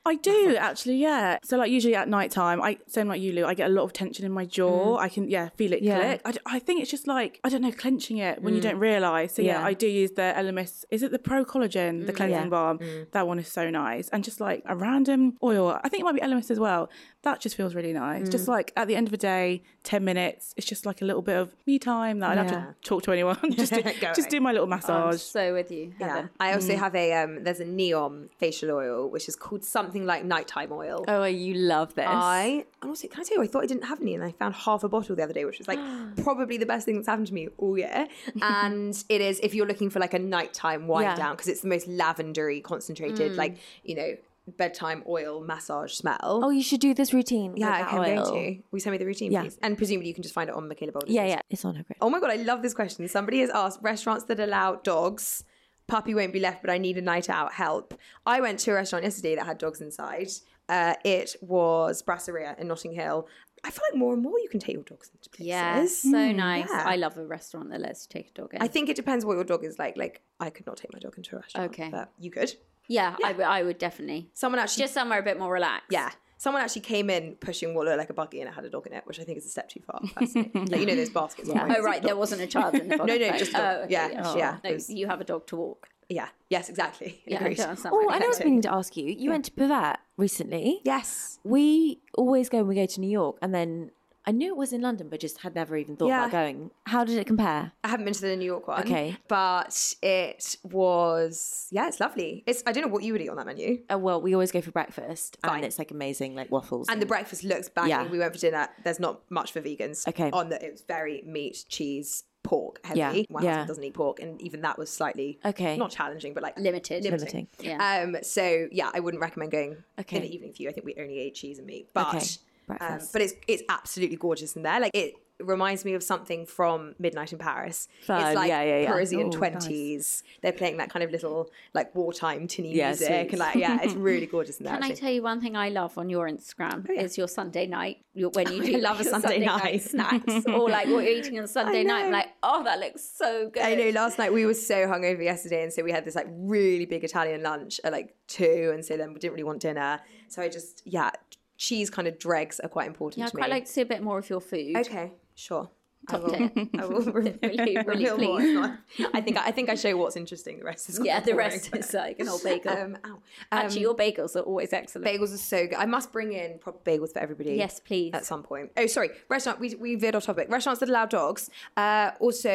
[SPEAKER 7] I do actually, yeah. So like usually at night time, I same like you, Lou. I get a lot of tension in my jaw. I can yeah feel it
[SPEAKER 3] Yeah.
[SPEAKER 7] click. I, d- I think it's just like I don't know clenching it when you don't realize. So yeah.
[SPEAKER 3] Yeah.
[SPEAKER 7] I do use the Elemis. Is it the Pro Collagen, the cleansing
[SPEAKER 3] Yeah.
[SPEAKER 7] balm? That one is so nice. And just like a random oil. I think it might be Elemis as well. That just feels really nice. Just like at the end of the day, ten minutes. It's just like a little bit of me time that I don't have
[SPEAKER 3] Yeah.
[SPEAKER 7] to talk to anyone. just do,
[SPEAKER 2] Go
[SPEAKER 7] just
[SPEAKER 2] away.
[SPEAKER 7] do my little
[SPEAKER 5] I'm
[SPEAKER 7] massage.
[SPEAKER 5] so with you.
[SPEAKER 2] Yeah,
[SPEAKER 5] Heather.
[SPEAKER 2] I
[SPEAKER 3] Mm.
[SPEAKER 2] also have a um. There's a neon facial oil which is called something like nighttime oil.
[SPEAKER 3] Oh, you love this.
[SPEAKER 2] I honestly, can I tell you, I thought I didn't have any, and I found half a bottle the other day, which was like probably the best thing that's happened to me all year. And it is if you're looking for like a nighttime wind
[SPEAKER 3] Yeah. Mm.
[SPEAKER 2] down because it's the most lavendery, concentrated, like you know, bedtime oil massage smell.
[SPEAKER 3] Oh, you should do this routine. with
[SPEAKER 2] yeah,
[SPEAKER 3] that
[SPEAKER 2] okay, I'm
[SPEAKER 3] oil.
[SPEAKER 2] going to. Will you send me the routine,
[SPEAKER 3] Yeah.
[SPEAKER 2] please? And presumably you can just find it on Michaela Bolden.
[SPEAKER 3] Yeah, yeah. It's on her grid.
[SPEAKER 2] Oh my god, I love this question. Somebody has asked restaurants that allow dogs. Puppy won't be left, but I need a night out. Help! I went to a restaurant yesterday that had dogs inside. Uh, it was Brasseria in Notting Hill. I feel like more and more you can take your dogs into places.
[SPEAKER 5] Yeah, so nice.
[SPEAKER 2] Hmm, yeah.
[SPEAKER 5] I love a restaurant that lets you take a dog in.
[SPEAKER 2] I think it depends what your dog is like. Like, I could not take my dog into a restaurant.
[SPEAKER 5] Okay.
[SPEAKER 2] but you could.
[SPEAKER 5] yeah, I would- I would definitely.
[SPEAKER 2] Someone actually,
[SPEAKER 5] Just somewhere a bit more relaxed.
[SPEAKER 2] yeah, someone actually came in pushing what looked like a buggy and it had a dog in it, which I think is a step too far. personally. like, you know those baskets. Yeah.
[SPEAKER 5] Oh right, there wasn't a child in the dog.
[SPEAKER 2] No, no,
[SPEAKER 5] right?
[SPEAKER 2] just a dog.
[SPEAKER 5] Oh, okay,
[SPEAKER 2] Yeah, yeah,
[SPEAKER 5] No,
[SPEAKER 2] there's-
[SPEAKER 5] you have a dog to walk.
[SPEAKER 2] yeah. Yes, exactly.
[SPEAKER 5] Yeah, I
[SPEAKER 2] Agreed.
[SPEAKER 5] don't understand
[SPEAKER 3] Oh, and
[SPEAKER 5] why
[SPEAKER 3] I
[SPEAKER 5] they
[SPEAKER 3] was
[SPEAKER 5] don't.
[SPEAKER 3] meaning to ask you. You went to Pivet recently.
[SPEAKER 2] Yes.
[SPEAKER 3] We always go when we go to New York, and then I knew it was in London, but just had never even thought
[SPEAKER 2] Yeah.
[SPEAKER 3] about going. How did it compare?
[SPEAKER 2] I haven't been to the New York one.
[SPEAKER 3] Okay.
[SPEAKER 2] But it was yeah, it's lovely. It's I don't know what you would eat on that menu.
[SPEAKER 3] Oh, well, we always go for breakfast, and it's like amazing, like waffles.
[SPEAKER 2] And the breakfast looks banging.
[SPEAKER 3] Mm. Yeah.
[SPEAKER 2] We went for dinner. There's not much for vegans.
[SPEAKER 3] Okay.
[SPEAKER 2] On the it was very meat, cheese, pork heavy.
[SPEAKER 3] Yeah,
[SPEAKER 2] My
[SPEAKER 3] yeah.
[SPEAKER 2] husband doesn't eat pork and even that was slightly
[SPEAKER 3] Okay.
[SPEAKER 2] not challenging, but like
[SPEAKER 5] Limited.
[SPEAKER 2] limiting.
[SPEAKER 5] Limiting.
[SPEAKER 2] Um so yeah, I wouldn't recommend going
[SPEAKER 3] Okay.
[SPEAKER 2] in the evening for you. I think we only ate cheese and meat. But
[SPEAKER 3] Okay.
[SPEAKER 2] um,
[SPEAKER 3] Breakfast.
[SPEAKER 2] but it's it's absolutely gorgeous in there. Like it reminds me of something from Midnight in Paris.
[SPEAKER 3] Fun,
[SPEAKER 2] It's like
[SPEAKER 3] yeah, yeah, yeah.
[SPEAKER 2] Parisian
[SPEAKER 3] Ooh,
[SPEAKER 2] twenties. They're playing that kind of little like wartime tinny
[SPEAKER 3] Yeah,
[SPEAKER 2] music
[SPEAKER 3] sweet.
[SPEAKER 2] and like yeah, it's really gorgeous in there.
[SPEAKER 5] Can I
[SPEAKER 2] actually.
[SPEAKER 5] tell you one thing I love on your Instagram?
[SPEAKER 2] Oh,
[SPEAKER 5] Is your Sunday night. Your, when you do
[SPEAKER 2] I love a
[SPEAKER 5] your
[SPEAKER 2] Oh, Sunday night.
[SPEAKER 5] snacks or like what you're eating on Sunday night. I'm
[SPEAKER 2] know.
[SPEAKER 5] like, oh, that looks so good.
[SPEAKER 2] I know last night we were so hungover yesterday, and so we had this like really big Italian lunch at like two, and so then we didn't really want dinner. So I just yeah, cheese kind of dregs are quite important
[SPEAKER 5] Yeah, I
[SPEAKER 2] to
[SPEAKER 5] quite
[SPEAKER 2] me.
[SPEAKER 5] like to see a bit more of your food.
[SPEAKER 2] okay, sure. I
[SPEAKER 5] Top
[SPEAKER 2] will,
[SPEAKER 5] tip.
[SPEAKER 2] I will re-
[SPEAKER 5] Really, really
[SPEAKER 2] reveal what's
[SPEAKER 5] please.
[SPEAKER 2] not- I think I think I show what's interesting. The rest is quite
[SPEAKER 5] Yeah, the
[SPEAKER 2] boring.
[SPEAKER 5] rest is like an old bagel.
[SPEAKER 2] Um, ow. Um,
[SPEAKER 5] Actually, your bagels are always excellent.
[SPEAKER 2] bagels are so good. I must bring in proper bagels for everybody.
[SPEAKER 5] Yes, please.
[SPEAKER 2] At some point. Oh, sorry. Restaurant. We, we veered off topic. Restaurants that allow dogs. Uh, also,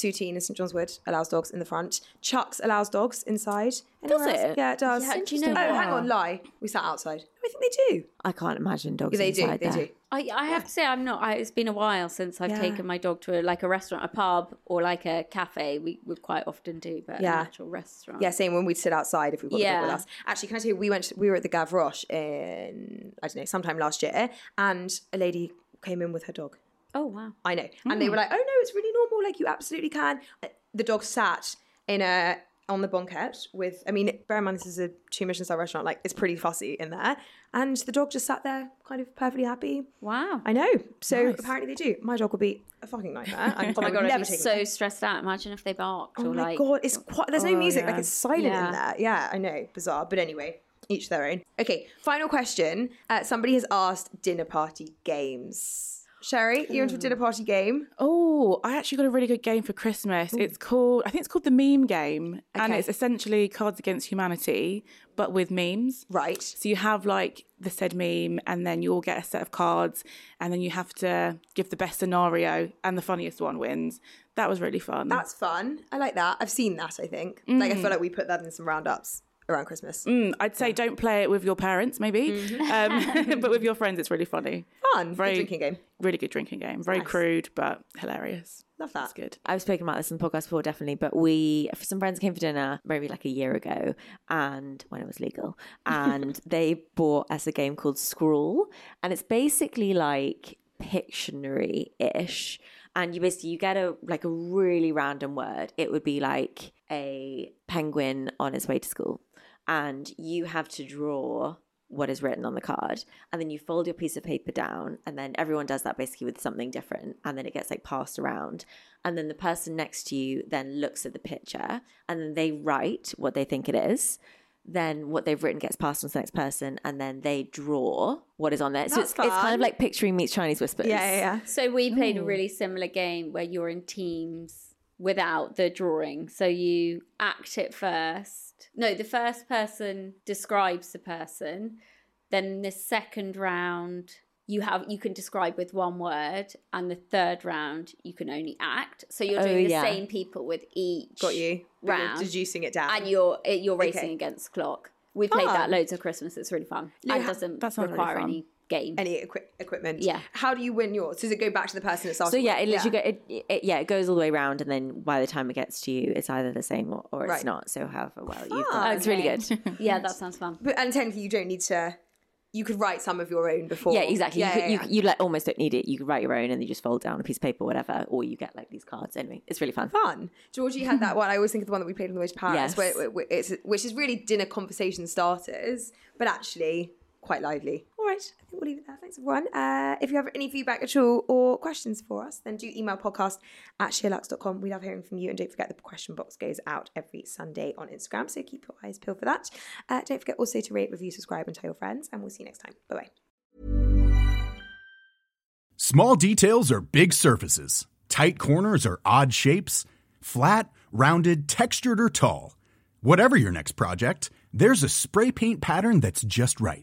[SPEAKER 2] Soutine in St John's Wood allows dogs in the front. Chuck's allows dogs inside. Anyone
[SPEAKER 3] Does
[SPEAKER 2] else?
[SPEAKER 3] it?
[SPEAKER 2] Yeah, it does.
[SPEAKER 5] Yeah, do you know
[SPEAKER 2] oh,
[SPEAKER 5] what?
[SPEAKER 2] hang on. Lie. We sat outside. I think they do.
[SPEAKER 3] I can't imagine dogs
[SPEAKER 2] They do.
[SPEAKER 3] inside
[SPEAKER 2] They
[SPEAKER 3] there.
[SPEAKER 2] do.
[SPEAKER 5] I, I have to say I'm not. I, it's been a while since I've
[SPEAKER 2] Yeah.
[SPEAKER 5] taken my dog to a, like a restaurant, a pub, or like a cafe. We would quite often do, but
[SPEAKER 2] Yeah.
[SPEAKER 5] an actual restaurant.
[SPEAKER 2] Yeah, same when we'd sit outside if we got the dog
[SPEAKER 5] Yeah.
[SPEAKER 2] with us. Actually, can I tell you, we went, we were at the Gavroche in, I don't know, sometime last year, and a lady came in with her dog.
[SPEAKER 5] Oh wow.
[SPEAKER 2] I know. And
[SPEAKER 5] Hmm.
[SPEAKER 2] they were like, oh no, it's really normal. Like you absolutely can. Uh, The dog sat in a on the banquette with. I mean, bear in mind this is a two mission star restaurant. Like it's pretty fussy in there, and the dog just sat there, kind of perfectly happy.
[SPEAKER 5] Wow.
[SPEAKER 2] I know. So apparently they do. My dog would be a fucking nightmare. I'm, oh my god,
[SPEAKER 5] I'd
[SPEAKER 2] never
[SPEAKER 5] be
[SPEAKER 2] taking.
[SPEAKER 5] so stressed out. Imagine if they barked
[SPEAKER 2] oh
[SPEAKER 5] or
[SPEAKER 2] my
[SPEAKER 5] like. oh,
[SPEAKER 2] god, it's quite. There's no music. Like it's silent in
[SPEAKER 5] Yeah.
[SPEAKER 2] there. Yeah, I know. Bizarre, but anyway. Each their own. Okay, final question. Uh, somebody has asked dinner party games. Sherry, you into a
[SPEAKER 5] Hmm.
[SPEAKER 2] dinner party game?
[SPEAKER 7] Oh, I actually got a really good game for Christmas. It's called, I think it's called the Meme Game, and
[SPEAKER 2] Okay.
[SPEAKER 7] it's essentially Cards Against Humanity, but with memes.
[SPEAKER 2] Right.
[SPEAKER 7] So you have like the said meme, and then you all get a set of cards, and then you have to give the best scenario, and the funniest one wins. That was really fun.
[SPEAKER 5] Hmm.
[SPEAKER 2] That's fun. I like that. I've seen that, I think. Like, I feel like we put that in some roundups. around Christmas.
[SPEAKER 7] Mm, I'd say don't play it with your parents, maybe,
[SPEAKER 2] Hmm.
[SPEAKER 7] um, but with your friends, it's really funny.
[SPEAKER 2] Fun,
[SPEAKER 7] Very-
[SPEAKER 2] good drinking game.
[SPEAKER 7] Really good drinking game. Very crude, but hilarious.
[SPEAKER 2] Love
[SPEAKER 7] That's
[SPEAKER 2] that.
[SPEAKER 7] good.
[SPEAKER 3] I've spoken about this in the podcast before, definitely, but we, some friends came for dinner maybe like a year ago and when it was legal, and they bought us a game called Scrawl, and it's basically like Pictionary ish. And you basically you get a like a really random word. It would be like a penguin on its way to school, and you have to draw what is written on the card and then you fold your piece of paper down and then everyone does that basically with something different and then it gets like passed around and then the person next to you then looks at the picture and then they write what they think it is then what they've written gets passed on to the next person and then they draw what is on there so it's,
[SPEAKER 2] That's
[SPEAKER 3] it's kind
[SPEAKER 2] fun.
[SPEAKER 3] of like picturing meets chinese whispers
[SPEAKER 2] Yeah, yeah, yeah.
[SPEAKER 5] So we played a really similar game where you're in teams without the drawing. So you act it first. No, the first person describes the person. Then in the second round, you have you can describe with one word, and the third round you can only act. So you're
[SPEAKER 3] Oh,
[SPEAKER 5] doing the
[SPEAKER 3] yeah.
[SPEAKER 5] same people with each.
[SPEAKER 2] Got you. But you're
[SPEAKER 5] Round.
[SPEAKER 2] Deducing it down.
[SPEAKER 5] And you're it- you're racing
[SPEAKER 2] Okay.
[SPEAKER 5] against clock. We played that
[SPEAKER 2] Fun.
[SPEAKER 5] loads of Christmas. It's really fun. and doesn't
[SPEAKER 7] that sounds really
[SPEAKER 5] require
[SPEAKER 7] fun.
[SPEAKER 5] any game.
[SPEAKER 2] any equi- equipment.
[SPEAKER 5] Yeah.
[SPEAKER 2] How do you win yours? Does it go back to the person it's
[SPEAKER 3] so
[SPEAKER 2] asking?
[SPEAKER 3] yeah it literally Go, it, it yeah it goes all the way around and then by the time it gets to you it's either the same or, or it's
[SPEAKER 2] Right.
[SPEAKER 3] not so however well you've done it's really
[SPEAKER 5] Okay.
[SPEAKER 3] good
[SPEAKER 5] yeah, that sounds fun.
[SPEAKER 2] But and technically, you don't need to. You could write some of your own before.
[SPEAKER 3] Yeah, exactly.
[SPEAKER 2] Yeah, yeah,
[SPEAKER 3] you, could, you,
[SPEAKER 2] yeah.
[SPEAKER 3] you like almost don't need it. You can write your own and you just fold down a piece of paper, or whatever, or you get like these cards. Anyway, it's really fun.
[SPEAKER 2] fun. Georgie had that one. I always think of the one that we played on the way to Paris,
[SPEAKER 3] Yes.
[SPEAKER 2] where, where- where it's, which is really dinner conversation starters, but actually quite lively. All right, I think we'll leave it there. Thanks, everyone. Uh, if you have any feedback at all or questions for us, then do email podcast at sheerlux.com. We love hearing from you. And don't forget, the question box goes out every Sunday on Instagram, so keep your eyes peeled for that. Uh, don't forget also to rate, review, subscribe, and tell your friends. And we'll see you next time. Bye bye.
[SPEAKER 9] Small details are big surfaces. Tight corners are odd shapes. Flat, rounded, textured, or tall. Whatever your next project, there's a spray paint pattern that's just right.